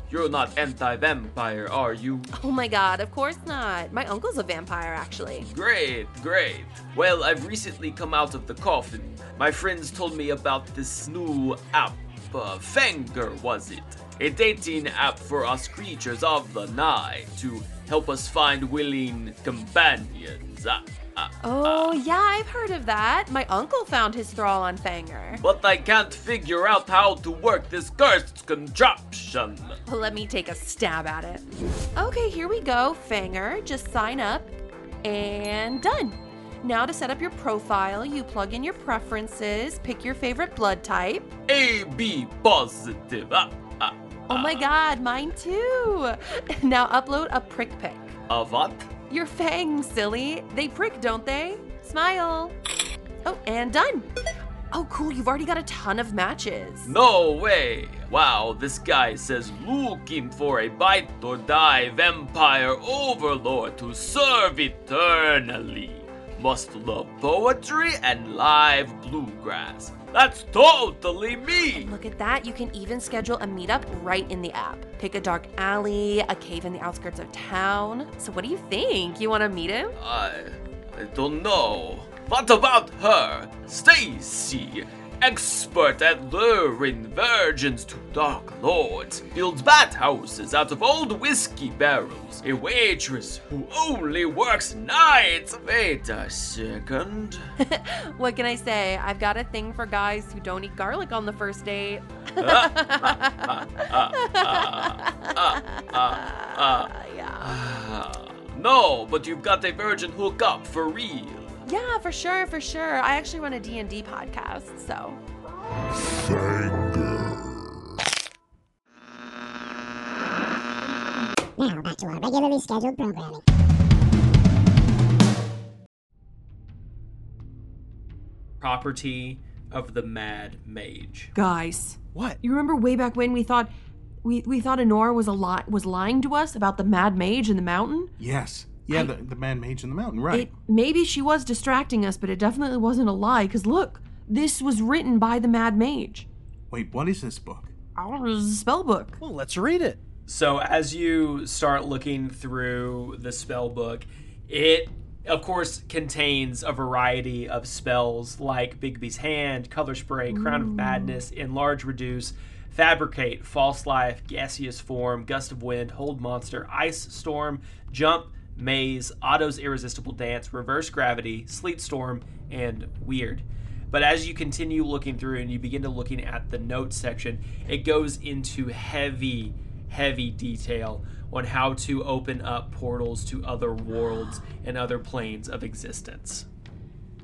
S2: You're not anti vampire, are you?
S4: Oh my god, of course not. My uncle's a vampire, actually.
S2: Great, great. Well, I've recently come out of the coffin. My friends told me about this new app. Uh, Fanger, was it? A dating app for us creatures of the night to help us find willing companions. Ah, ah.
S4: Oh, yeah, I've heard of that. My uncle found his thrall on Fanger.
S2: But I can't figure out how to work this cursed contraption.
S4: Well, let me take a stab at it. Okay, here we go, Fanger. Just sign up and done. Now, to set up your profile, you plug in your preferences, pick your favorite blood type.
S2: AB positive. Ah, ah.
S4: Oh my god, mine too! Now, upload a prick pic.
S2: A what?
S4: Your fangs, silly. They prick, don't they? Smile. Oh, and done. Oh, cool. You've already got a ton of matches.
S2: No way! Wow, this guy says looking for a bite or die vampire overlord to serve eternally. Must love poetry and live bluegrass. That's totally me!
S4: Look at that. You can even schedule a meetup right in the app. Pick a dark alley, a cave in the outskirts of town. So, what do you think? You want to meet him?
S2: I, I don't know. What about her? Stacy, expert at luring virgins to dark lords, builds bat houses out of old whiskey barrels. A waitress who only works nights. Wait a second.
S4: What can I say? I've got a thing for guys who don't eat garlic on the first date.
S2: Ah, no, but you've got a virgin hookup for real.
S4: Yeah, for sure, for sure. I actually run a D&D podcast, so
S9: Fanger.
S8: Now back to our regularly scheduled programming.
S2: Property of the Mad Mage.
S4: Guys,
S5: What?
S4: you remember way back when we thought we, we thought Honora was a li- was lying to us about the mad mage in the mountain?
S3: Yes. Yeah, the, the man mage in the mountain, right.
S4: It, maybe she was distracting us, but it definitely wasn't a lie cuz look, this was written by the mad mage.
S3: Wait, what is this book?
S4: I don't know, this is a spell book.
S5: Well, let's read it.
S2: So as you start looking through the spell book, it of course contains a variety of spells like Bigby's Hand, Color Spray, Crown of Madness, Enlarge Reduce, Fabricate, False Life, Gaseous Form, Gust of Wind, Hold Monster, Ice Storm, Jump, Maze, Otto's Irresistible Dance, Reverse Gravity, Sleet Storm, and Weird. But as you continue looking through and you begin to looking at the notes section, it goes into heavy, heavy detail on how to open up portals to other worlds and other planes of existence.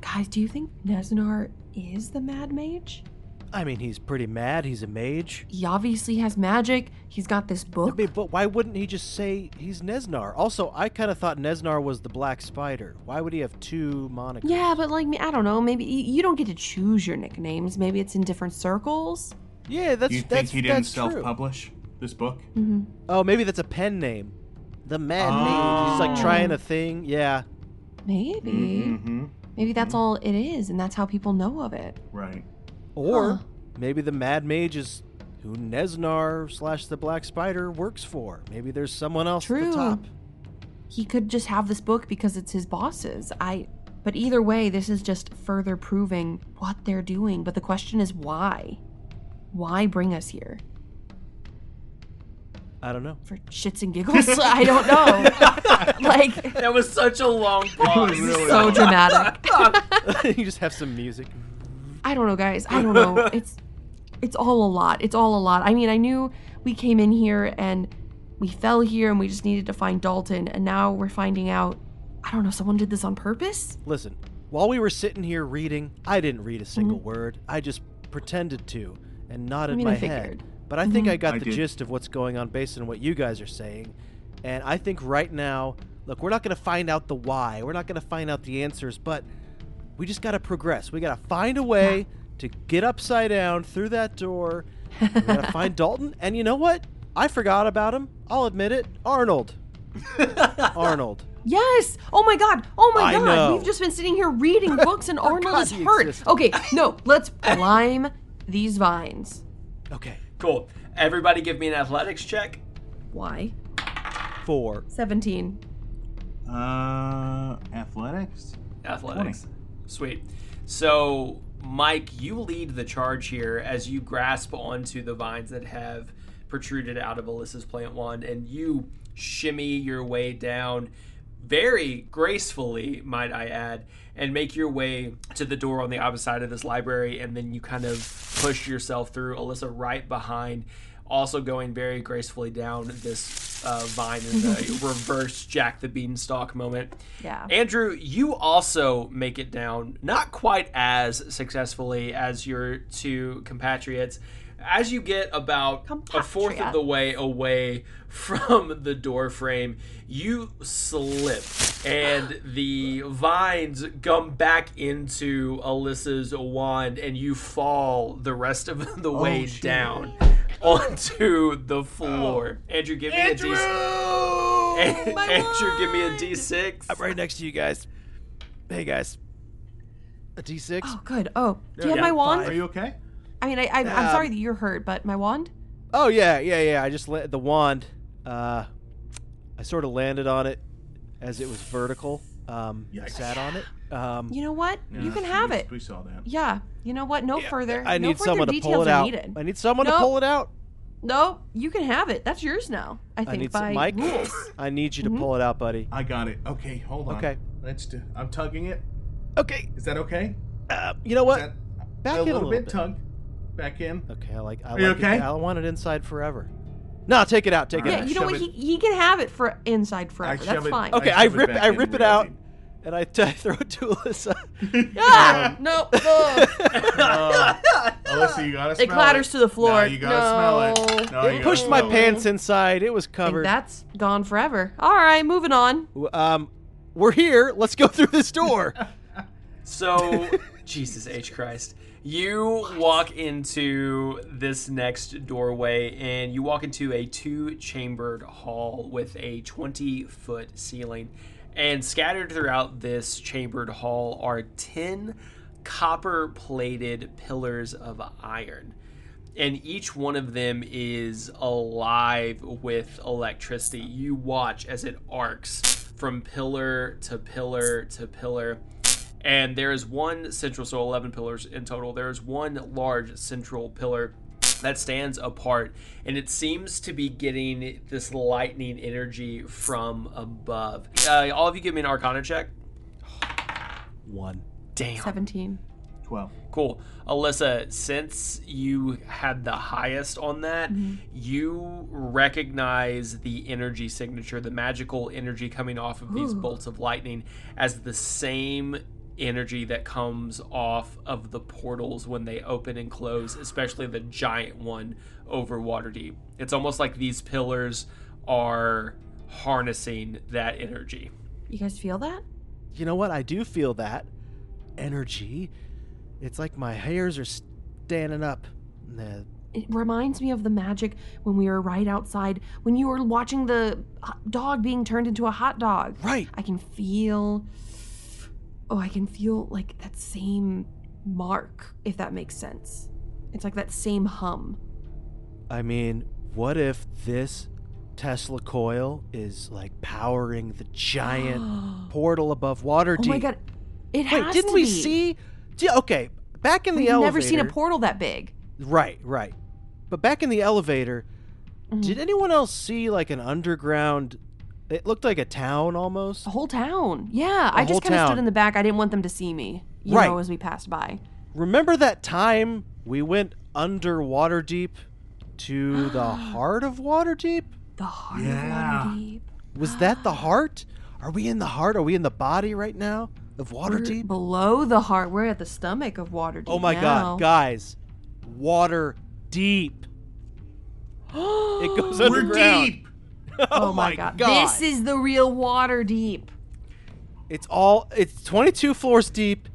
S4: Guys, do you think Nezanar is the mad mage?
S5: I mean, he's pretty mad. He's a mage.
S4: He obviously has magic. He's got this
S5: I
S4: book.
S5: mean, but why wouldn't he just say he's Nesnar? Also, I kind of thought Nesnar was the Black Spider. Why would he have two monikers?
S4: Yeah, but like me, I don't know. Maybe you, you don't get to choose your nicknames. Maybe it's in different circles.
S5: yeah, that's
S3: You
S5: that's
S3: think he didn't
S5: that's true.
S3: self-publish this book?
S5: Oh, maybe that's a pen name. The Mad Mage. He's
S3: Oh.
S5: like trying a thing. Yeah.
S4: Maybe.
S3: Mm-hmm.
S4: Maybe that's all it is, and that's how people know of it.
S3: Right.
S5: Or
S4: Huh.
S5: maybe the Mad Mage is who Nesnar slash the Black Spider works for. Maybe there's someone else at
S4: True.
S5: the top.
S4: He could just have this book because it's his boss's. I. But either way, this is just further proving what they're doing. But the question is why? Why bring us here?
S5: I don't know.
S4: For shits and giggles? I don't know. like,
S2: That was such a long pause.
S4: so dramatic.
S5: you just have some music.
S4: I don't know, guys. I don't know. It's it's all a lot. It's all a lot. I mean, I knew we came in here and we fell here and we just needed to find Dalton, and now we're finding out. I don't know. Someone did this on purpose.
S5: Listen, while we were sitting here reading, I didn't read a single word. I just pretended to and nodded
S4: mean, Mm-hmm. I
S5: my head.
S4: figured. Mm-hmm.
S5: But I think I got
S3: I
S5: the
S3: did.
S5: gist of what's going on based on what you guys are saying. And I think right now, look, we're not going to find out the why. We're not going to find out the answers, but we just got to progress. We got to find a way to get upside down through that door. We got to find Dalton. And you know what? I forgot about him. I'll admit it. Arnold. Arnold.
S4: Yes. Oh my God. Oh my
S5: I
S4: God.
S5: know.
S4: We've just been sitting here reading books, and Arnold is
S5: he
S4: hurt.
S5: existed.
S4: Okay. No. Let's climb these vines.
S5: Okay.
S2: Cool. Everybody give me an athletics check.
S4: Why?
S5: Four.
S4: Seventeen.
S3: Uh, athletics.
S2: Athletics. Sweet. So, Mike, you lead the charge here as you grasp onto the vines that have protruded out of Alyssa's plant wand and you shimmy your way down very gracefully, might I add, and make your way to the door on the opposite side of this library. And then you kind of push yourself through, Alyssa right behind. Also going very gracefully down this uh, vine in the reverse Jack the Beanstalk moment.
S4: Yeah.
S2: Andrew, you also make it down, not quite as successfully as your two compatriots. As you get about a fourth of
S4: Compatriot.
S2: the way away from the door frame, you slip and the vines gum back into Alyssa's wand and you fall the rest of the way down onto the floor. Andrew, give me a D6. Andrew, give me a D6.
S5: right next to you guys. Hey guys. A D6?
S4: Oh, good. Oh, do you have my wand?
S3: Are you okay?
S4: I mean, I, I, I'm sorry that you're hurt, but my wand.
S5: Oh yeah, yeah, yeah. I just let the wand. Uh, I sort of landed on it as it was vertical. Um, I
S3: Yes.
S5: sat on it. Um,
S4: You know what? you
S3: Yeah,
S4: can
S3: we-
S4: have it.
S3: We saw that.
S4: Yeah. You know what? No further.
S5: I
S4: no
S5: need
S4: further
S5: someone to
S4: details
S5: pull it
S4: are
S5: out.
S4: Needed.
S5: I need someone
S4: Nope.
S5: to pull it out.
S4: No, you can have it. That's yours now. I think
S5: I need
S4: by
S5: some, Mike.
S4: rules.
S5: I need
S4: Mm-hmm.
S5: you to pull it out, buddy.
S3: I got it. Okay, hold on.
S5: Okay.
S3: Let's do. I'm tugging it.
S5: Okay.
S3: Is that okay?
S5: Uh, you know what?
S3: Is that- a
S5: Back in a
S3: little,
S5: little
S3: bit,
S5: bit.
S3: Tug. Back in.
S5: okay. I like. I
S3: you
S5: like
S3: okay?
S5: It. I want it inside forever. No, take it out. Take it
S3: All
S4: yeah,
S5: out.
S3: right.
S4: you know
S3: shove
S4: what?
S3: it-
S4: He, he can have it for inside
S3: I
S4: forever.
S3: shove
S4: That's
S3: it-
S4: fine.
S5: Okay,
S3: I
S5: I
S3: shove it
S5: rip.
S3: back
S5: I
S3: in
S5: rip it
S3: real
S5: out.
S3: deep.
S5: and I, t- I throw it to Alyssa.
S4: Ah, no. ugh.
S3: Uh, Alyssa, you gotta smell
S4: It clatters to the floor.
S3: No, you gotta
S4: No.
S3: smell it. No, you gotta
S5: Pushed my
S4: Oh.
S3: smell it.
S5: pants inside. It was
S4: And
S5: covered.
S4: that's gone forever. All right, moving on.
S5: W- um, we're here. Let's go through this door.
S2: So, Jesus H. Christ. You walk into this next doorway and you walk into a two chambered hall with a 20 foot ceiling. And scattered throughout this chambered hall are 10 copper plated pillars of iron. And each one of them is alive with electricity. You watch as it arcs from pillar to pillar to pillar and there is one central so 11 pillars in total there is one large central pillar that stands apart and it seems to be getting this lightning energy from above uh, all of you give me an arcana check
S7: One.
S2: damn
S4: 17.
S3: Twelve.
S2: Cool. Alyssa, since you had the highest on that, you recognize the energy signature, the magical energy coming off of these bolts of lightning, as the same energy that comes off of the portals when they open and close, especially the giant one over Waterdeep. It's almost like these pillars are harnessing that energy.
S4: You guys feel that?
S5: you know what? I do feel that energy. It's like my hairs are standing up. Nah,
S4: It reminds me of the magic when we were right outside, when you were watching the h- dog being turned into a hot dog.
S5: Right.
S4: I can feel. Oh, I can feel like that same mark, if that makes sense. It's like that same hum.
S5: I mean, what if this Tesla coil is like powering the giant portal above water
S4: Oh my god. It has
S5: uh, Wait, didn't
S4: to
S5: we
S4: be.
S5: see? Di- okay, back in
S4: We've
S5: the elevator.
S4: never seen a portal that big.
S5: Right, right. But back in the elevator,
S4: Mm-hmm.
S5: did anyone else see like an underground? It looked like a town almost.
S4: A whole town. Yeah, I
S5: whole
S4: just kind of
S5: town.
S4: stood in the back. I didn't want them to see me. You
S5: Right.
S4: know, as we passed by.
S5: Remember that time we went underwater deep to the heart of water deep?
S4: The heart
S3: Yeah.
S4: of Waterdeep.
S5: Was that the heart? Are we in the heart? Are we in the body right now of water
S4: We're
S5: deep?
S4: Below the heart. We're at the stomach of Waterdeep.
S5: Oh my
S4: now.
S5: god, guys. Water deep. it goes
S3: We're
S5: underground.
S3: deep.
S4: Oh,
S5: my
S4: my god.
S5: God.
S4: This is the real water deep.
S5: It's all it's 22 floors deep.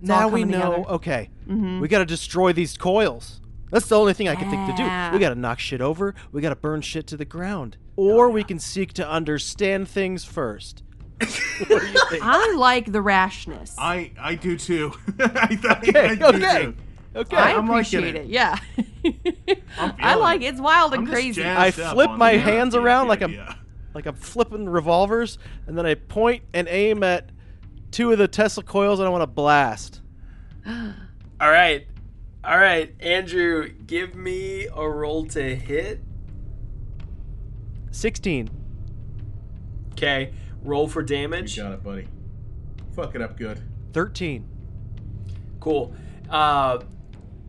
S5: now
S4: all
S5: we
S4: coming
S5: know.
S4: together. Mm-hmm.
S5: Okay. We got to destroy these coils. That's the only thing I can think to
S4: Yeah. Oh,
S5: do. We got to knock shit over. We got to burn shit to the ground. Or we can seek to understand things first. What do you think?
S4: I like the rashness. I,
S3: I I do too. I thought
S5: Okay,
S3: you guys do
S5: okay.
S3: too.
S5: okay.
S3: I- I'm liking
S4: appreciate
S3: it.
S4: it. Yeah. I
S3: feeling
S4: like
S3: it.
S4: it. It's wild and
S3: I'm just
S4: crazy.
S3: jazzed
S5: I
S3: up
S5: flip
S3: on
S5: my
S3: the
S5: hands
S3: idea.
S5: around like I'm-
S3: Yeah.
S5: like I'm flipping revolvers and then I point and aim at two of the Tesla coils and I want to blast.
S2: All right. All right, Andrew, give me a roll to hit.
S5: 16.
S2: Okay, roll for damage.
S3: You got it, buddy. Fuck it up good.
S5: 13.
S2: Cool. Uh,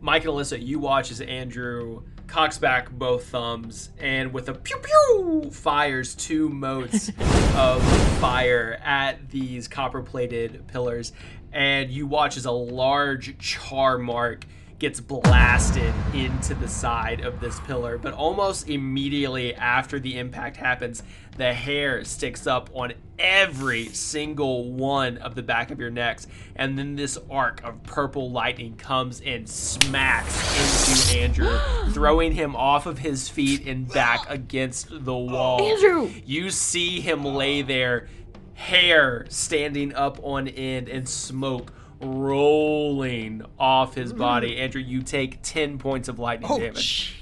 S2: Mike and Alyssa, you watch as Andrew cocks back both thumbs and with a pew pew fires two motes of fire at these copper plated pillars. And you watch as a large char mark gets blasted into the side of this pillar. But almost immediately after the impact happens, the hair sticks up on every single one of the back of your necks. And then this arc of purple lightning comes and smacks into Andrew, throwing him off of his feet and back against the wall.
S4: Andrew!
S2: You see him lay there, hair standing up on end and smoke rolling off his body. Andrew, you take 10 points of lightning damage.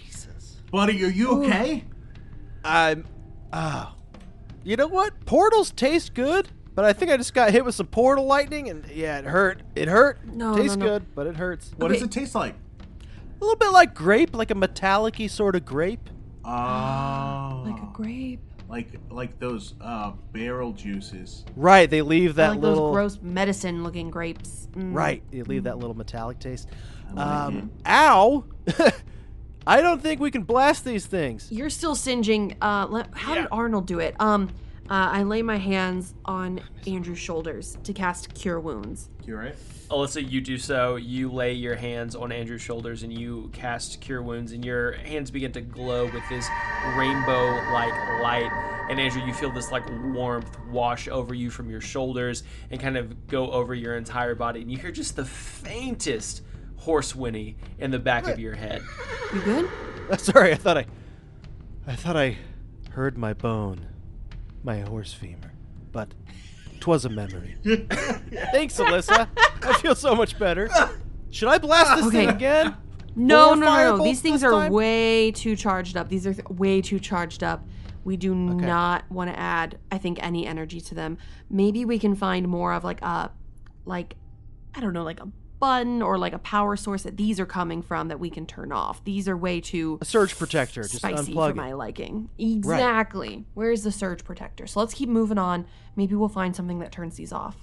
S3: Buddy, are you okay?
S5: I'm. Ah. you know what? Portals taste good, but I think I just got hit with some portal lightning, and yeah, it hurt. It hurt.
S4: No, no,
S5: tastes
S4: no.
S5: good, but it hurts.
S3: What does
S4: Okay.
S3: it taste like?
S5: A little bit like grape, like a metallic-y sort of grape.
S3: Ah,
S4: like a grape.
S3: like like those uh, barrel juices.
S5: Right, they leave
S4: I
S5: that
S4: like
S5: little.
S4: those gross medicine looking grapes. Mm.
S5: Right, they leave that little metallic taste. Um, ow! I don't think we can blast these things.
S4: You're still singeing. Uh, le- how did Arnold do it? Um, Uh, I lay my hands on Andrew's shoulders to cast Cure Wounds.
S3: You alright?
S2: Alyssa, you do so. You lay your hands on Andrew's shoulders and you cast Cure Wounds, and your hands begin to glow with this rainbow like light. And Andrew, you feel this like warmth wash over you from your shoulders and kind of go over your entire body. And you hear just the faintest horse whinny in the back of your head.
S4: You good?
S5: Sorry, I thought I. I thought I heard my bone, my horse femur, but 'twas a memory. Thanks, Alyssa. I feel so much better. Should I blast this
S4: Okay.
S5: thing again?
S4: No,
S5: Four
S4: no, no, no.
S5: firebolts
S4: These things
S5: this
S4: are
S5: time?
S4: way too charged up. These are th- way too charged up. We do not want to add, I think, any energy to them. Maybe we can find more of like a, like, I don't know, like a button or like a power source that these are coming from that we can turn off. These are way too
S5: A surge protector. Just
S4: spicy
S5: unplug
S4: for
S5: it.
S4: my liking. Exactly. Where's the surge protector? So let's keep moving on. Maybe we'll find something that turns these off.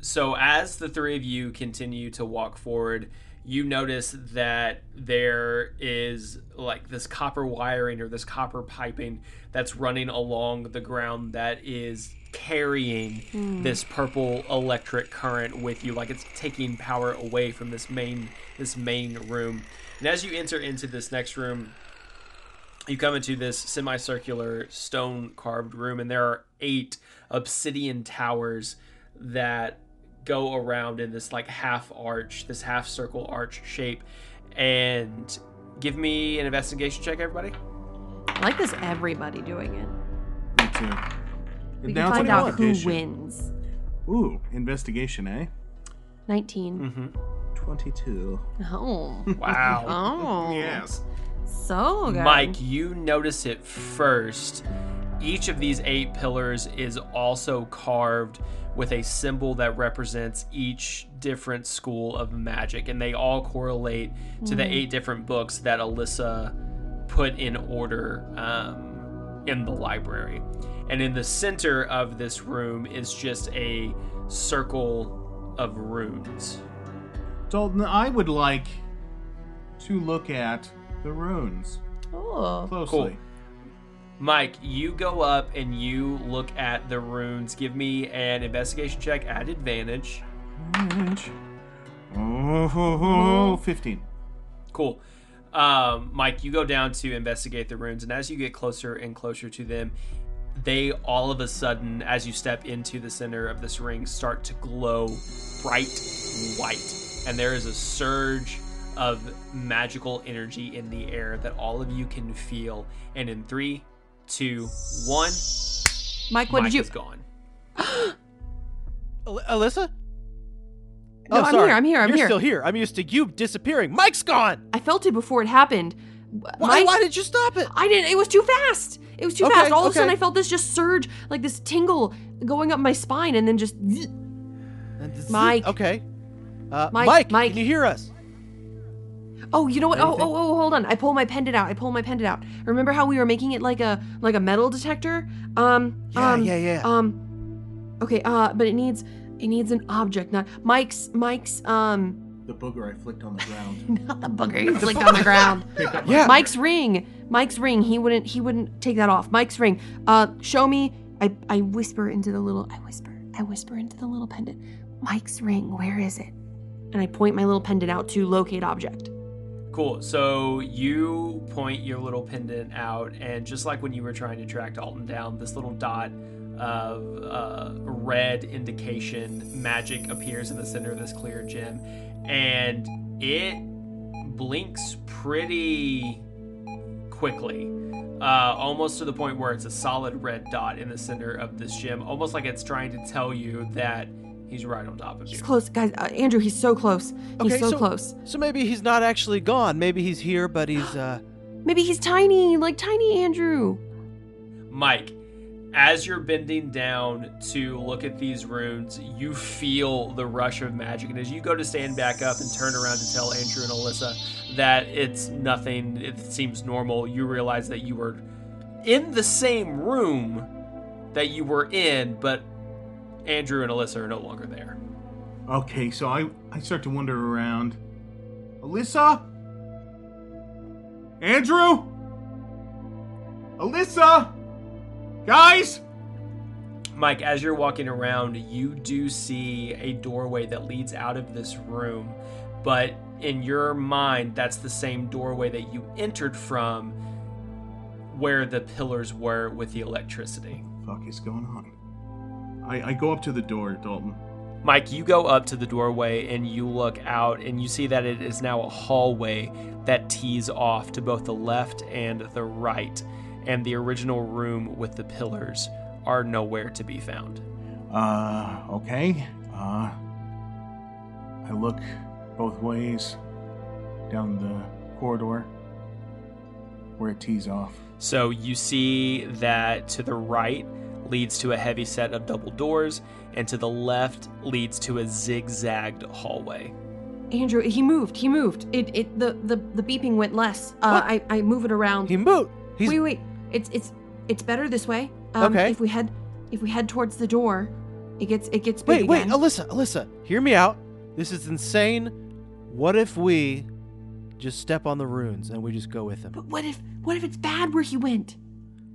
S2: So as the three of you continue to walk forward, you notice that there is like this copper wiring or this copper piping that's running along the ground that is carrying this purple electric current with you like it's taking power away from this main this main room. And as you enter into this next room, you come into this semicircular stone carved room and there are eight obsidian towers that go around in this like half arch this half circle arch shape and give me an investigation check everybody
S4: I like this everybody doing it.
S3: Me too.
S4: We can
S3: Now it's
S4: find
S3: an
S4: out who
S3: audition.
S4: wins.
S3: Ooh, investigation, eh?
S4: 19.
S2: mm-hmm.
S3: 22.
S5: Mm.
S4: Oh.
S2: wow
S4: Oh.
S3: Yes.
S4: So good.
S2: mike you notice it first each of these eight pillars is also carved with a symbol that represents each different school of magic and they all correlate to the eight different books that alyssa put in order um, in the library and in the center of this room is just a circle of runes
S3: Dalton, I would like to look at the runes
S4: Oh.
S3: closely.
S2: Cool. mike you go up and you look at the runes give me an investigation check at advantage
S3: Orange. Oh, ho, ho, 15.
S2: Cool. Um, Mike, you go down to investigate the runes, and as you get closer and closer to them, they all of a sudden, as you step into the center of this ring, start to glow bright white. And there is a surge of magical energy in the air that all of you can feel. And in three, two, one,
S4: Mike, what
S2: Mike
S4: did you?
S2: is gone.
S5: Al- Alyssa?
S4: No,
S5: oh,
S4: I'm
S5: sorry.
S4: here, I'm here, I'm
S5: You're
S4: here.
S5: still here. I'm used to you disappearing. Mike's gone.
S4: I felt it before it happened.
S5: Why,
S4: Mike,
S5: why did you stop it?
S4: I didn't. It was too fast. It was too
S5: Okay,
S4: fast. All of a sudden,
S5: okay.
S4: I felt this just surge, like this tingle going up my spine, and then just. Mike.
S5: Okay. Uh,
S4: Mike,
S5: Mike, Mike,
S4: Mike.
S5: can you hear us?
S4: Oh, you know what? Oh, oh, oh, hold on. I pull my pendant out. I pull my pendant out. Remember how we were making it like a like a metal detector? Um.
S5: Yeah,
S4: um,
S5: yeah, yeah.
S4: Um. Okay. Uh. But it needs it needs an object, not Mike's Mike's um
S3: The booger I flicked on the ground.
S4: not the booger you flicked on the ground.
S5: Yeah.
S4: Mike's ring. Mike's ring. He wouldn't. He wouldn't take that off. Mike's ring. Uh, show me. I I whisper into the little. I whisper. I whisper into the little pendant. Mike's ring. Where is it? And I point my little pendant out to locate object.
S2: Cool. So you point your little pendant out, and just like when you were trying to track Dalton down, this little dot of uh, red indication magic appears in the center of this clear gem, and it blinks pretty quickly. Uh, almost to the point where it's a solid red dot in the center of this gem, almost like it's trying to tell you that he's right on top of you.
S4: He's close, guys. Uh, Andrew, he's so close. He's
S5: Okay,
S4: so,
S5: so-
S4: close.
S5: So maybe he's not actually gone. Maybe he's here, but he's uh
S4: Maybe he's tiny, like tiny Andrew.
S2: Mike, as you're bending down to look at these runes, you feel the rush of magic. And as you go to stand back up and turn around to tell Andrew and Alyssa that it's nothing, it seems normal, you realize that you were in the same room that you were in, but Andrew and Alyssa are no longer there.
S3: okay, so I, I start to wander around. Alyssa? Andrew? Alyssa? Guys?
S2: Mike, as you're walking around, you do see a doorway that leads out of this room, but in your mind, that's the same doorway that you entered from where the pillars were with the electricity.
S3: Fuck is going on? I, I go up to the door, Dalton.
S2: Mike, you go up to the doorway and you look out, and you see that it is now a hallway that tees off to both the left and the right, and the original room with the pillars are nowhere to be found.
S3: Uh, okay. Uh, I look both ways down the corridor where it tees off.
S2: So you see that to the right leads to a heavy set of double doors, and to the left leads to a zigzagged hallway.
S4: Andrew, he moved. He moved. It it the the, the beeping went less. Uh, I I move it around.
S5: He moved. He's
S4: wait wait. It's it's it's better this way. Um,
S5: Okay.
S4: If we head if we head towards the door, it gets it gets big
S5: Wait, wait,
S4: again.
S5: Alyssa, Alyssa, hear me out. This is insane. What if we just step on the runes and we just go with them?
S4: but what if what if it's bad where he went?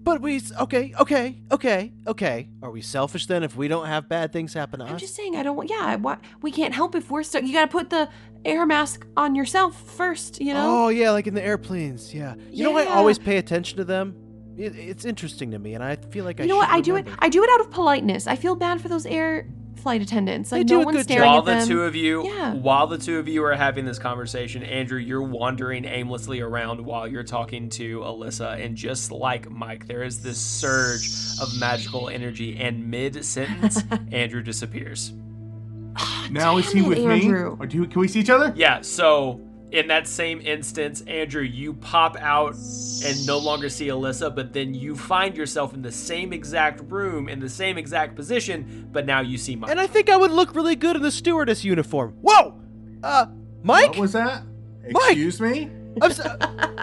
S5: But we, s- okay, okay, okay, okay. Are we selfish then if we don't have bad things happen to
S4: I'm
S5: us?
S4: just saying I don't want. Yeah, I want, we can't help if we're stuck. You got to put the air mask on yourself first. You know.
S5: Oh yeah, like in the airplanes. Yeah. You know, I
S4: Yeah.
S5: always pay attention to them. It, it's interesting to me, and I feel like I.
S4: you know what?
S5: should
S4: I do it.
S5: remember.
S4: I do it out of politeness. I feel bad for those air flight attendants. Like
S5: do
S4: no
S5: a
S4: one's
S5: good
S4: staring
S2: While
S4: at
S2: the
S4: them.
S2: two of you,
S4: Yeah.
S2: while the two of you are having this conversation, Andrew, you're wandering aimlessly around while you're talking to Alyssa, and just like Mike, there is this surge of magical energy, and mid sentence, Andrew disappears.
S3: Now is he
S4: damn it,
S3: with
S4: Andrew.
S3: me? Or do you, can we see each other?
S2: Yeah, so in that same instance, Andrew, you pop out and no longer see Alyssa, but then you find yourself in the same exact room, in the same exact position, but now you see Mike.
S5: And I think I would look really good in the stewardess uniform. Whoa, uh, Mike.
S3: What was that?
S5: Mike!
S3: Excuse me?
S5: I'm so,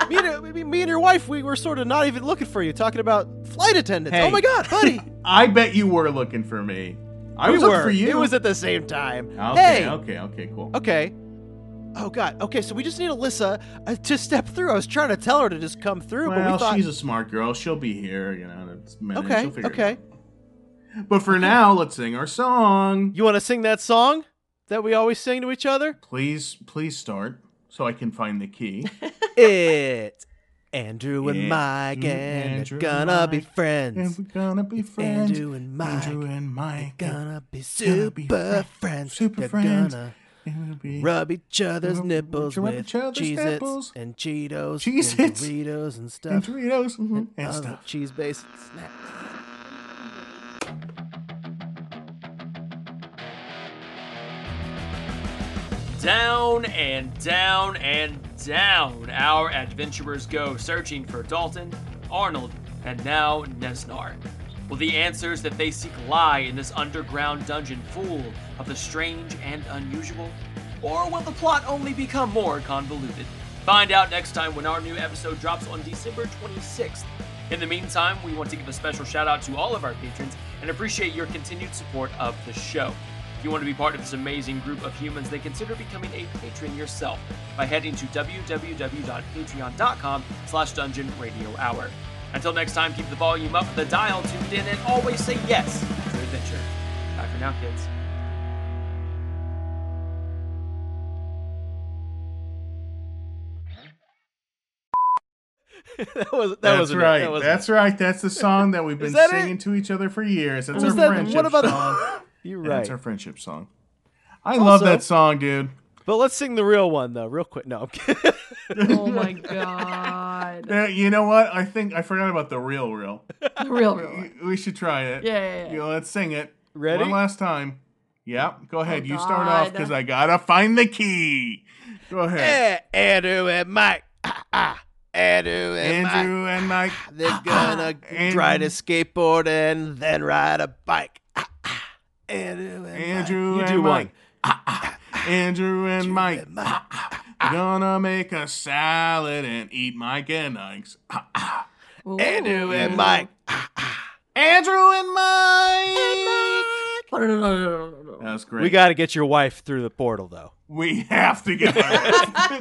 S5: me, and, me- me and your wife, we were sort of not even looking for you, talking about flight attendants. Hey. Oh my god, buddy!
S3: I bet you were looking for me. I was
S5: we
S3: looking
S5: were.
S3: for you.
S5: It was at the same time.
S3: okay,
S5: hey.
S3: okay, okay, cool.
S5: Okay. Oh god. Okay, so we just need Alyssa uh, to step through. I was trying to tell her to just come through, but
S3: Well,
S5: we thought
S3: she's a smart girl. She'll be here, you know. That's
S5: Okay,
S3: She'll figure it
S5: okay.
S3: out. But for now, let's sing our song.
S5: You want to sing that song that we always sing to each other?
S3: Please, please start so I can find the key.
S5: It's Andrew and
S3: Yeah.
S5: Mike, and
S3: Andrew
S5: they're
S3: and
S5: gonna be
S3: Mike, and
S5: friends.
S3: we're gonna be friends.
S5: Andrew and Mike.
S3: Andrew and Mike.
S5: Gonna be
S3: Gonna be
S5: super
S3: friends.
S5: friends.
S3: Super
S5: They're
S3: friends.
S5: gonna
S3: It'll be-
S5: rub each other's
S3: Rub-
S5: nipples
S3: rub
S5: with
S3: each other's
S5: Cheez-Its
S3: nipples.
S5: and Cheetos and
S3: Cheez-Its.
S5: Doritos and stuff.
S3: and Doritos Mm-hmm. and, and
S5: Other
S3: stuff.
S5: Cheese-based snacks.
S2: Down and down and down our adventurers go searching for Dalton, Arnold, and now Nesnar. Will the answers that they seek lie in this underground dungeon full of the strange and unusual? Or will the plot only become more convoluted? Find out next time when our new episode drops on December 26th. In the meantime, we want to give a special shout out to all of our patrons and appreciate your continued support of the show. If you want to be part of this amazing group of humans, then consider becoming a patron yourself by heading to www.patreon.com slash dungeon radio hour. Until next time, keep the volume up, the dial tuned in, and always say yes to adventure. Bye for now, kids.
S5: that was that
S3: That's
S5: wasn't it.
S3: right.
S5: That wasn't
S3: That's right. That's the song that we've been
S5: that it?
S3: singing to each other for years. That's
S5: Was
S3: our
S5: that-
S3: friendship
S5: what about-
S3: song.
S5: it. You're
S3: Yeah,
S5: right.
S3: That's our friendship song. I love
S5: Also-
S3: that song, dude.
S5: But let's sing the real one though, real quick. No, I'm kidding.
S4: oh my god.
S3: Uh, you know what? I think I forgot about the real real.
S4: The real real.
S3: We should try it.
S4: Yeah, yeah, yeah.
S3: You know, let's sing it.
S5: Ready?
S3: One
S5: Oh,
S3: last time. Yeah, go ahead. you start off
S4: God.
S3: because I gotta find the key. Go ahead.
S5: yeah, Eh, Andrew and Mike. Ah, ah. Andrew and Mike.
S3: Andrew and Mike.
S5: They're gonna
S3: Andrew.
S5: ride a skateboard and then ride a bike. Ah, ah.
S3: Andrew
S5: Andrew and Mike.
S3: and
S5: You do
S3: Mike.
S5: one.
S3: Andrew and Mike.
S5: And Mike.
S3: Gonna make a salad and eat Mike and Ike's.
S5: Andrew and
S4: Ooh.
S5: Mike.
S3: Andrew and Mike. That was great.
S5: We got to get your wife through the portal though.
S3: We have to get her.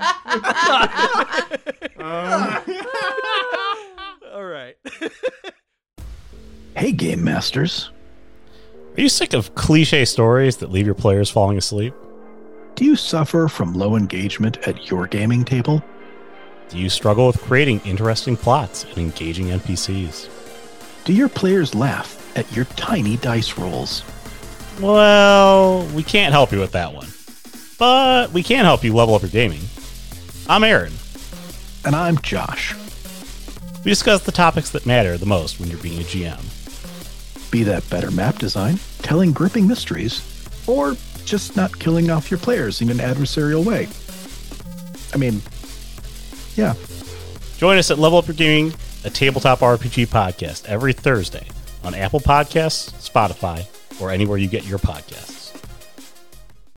S5: All right.
S6: Hey, Game Masters.
S9: Are you sick of cliche stories that leave your players falling asleep?
S10: Do you suffer from low engagement at your gaming table?
S9: Do you struggle with creating interesting plots and engaging NPCs?
S10: Do your players laugh at your tiny dice rolls?
S9: Well, we can't help you with that one. But we can help you level up your gaming. I'm Aaron.
S10: And I'm Josh.
S9: We discuss the topics that matter the most when you're being a GM.
S10: Be that better map design, telling gripping mysteries, or just not killing off your players in an adversarial way. I mean, yeah,
S9: Join us at Level Up Your Gaming, a tabletop RPG podcast every Thursday on Apple Podcasts, Spotify, or anywhere you get your podcasts.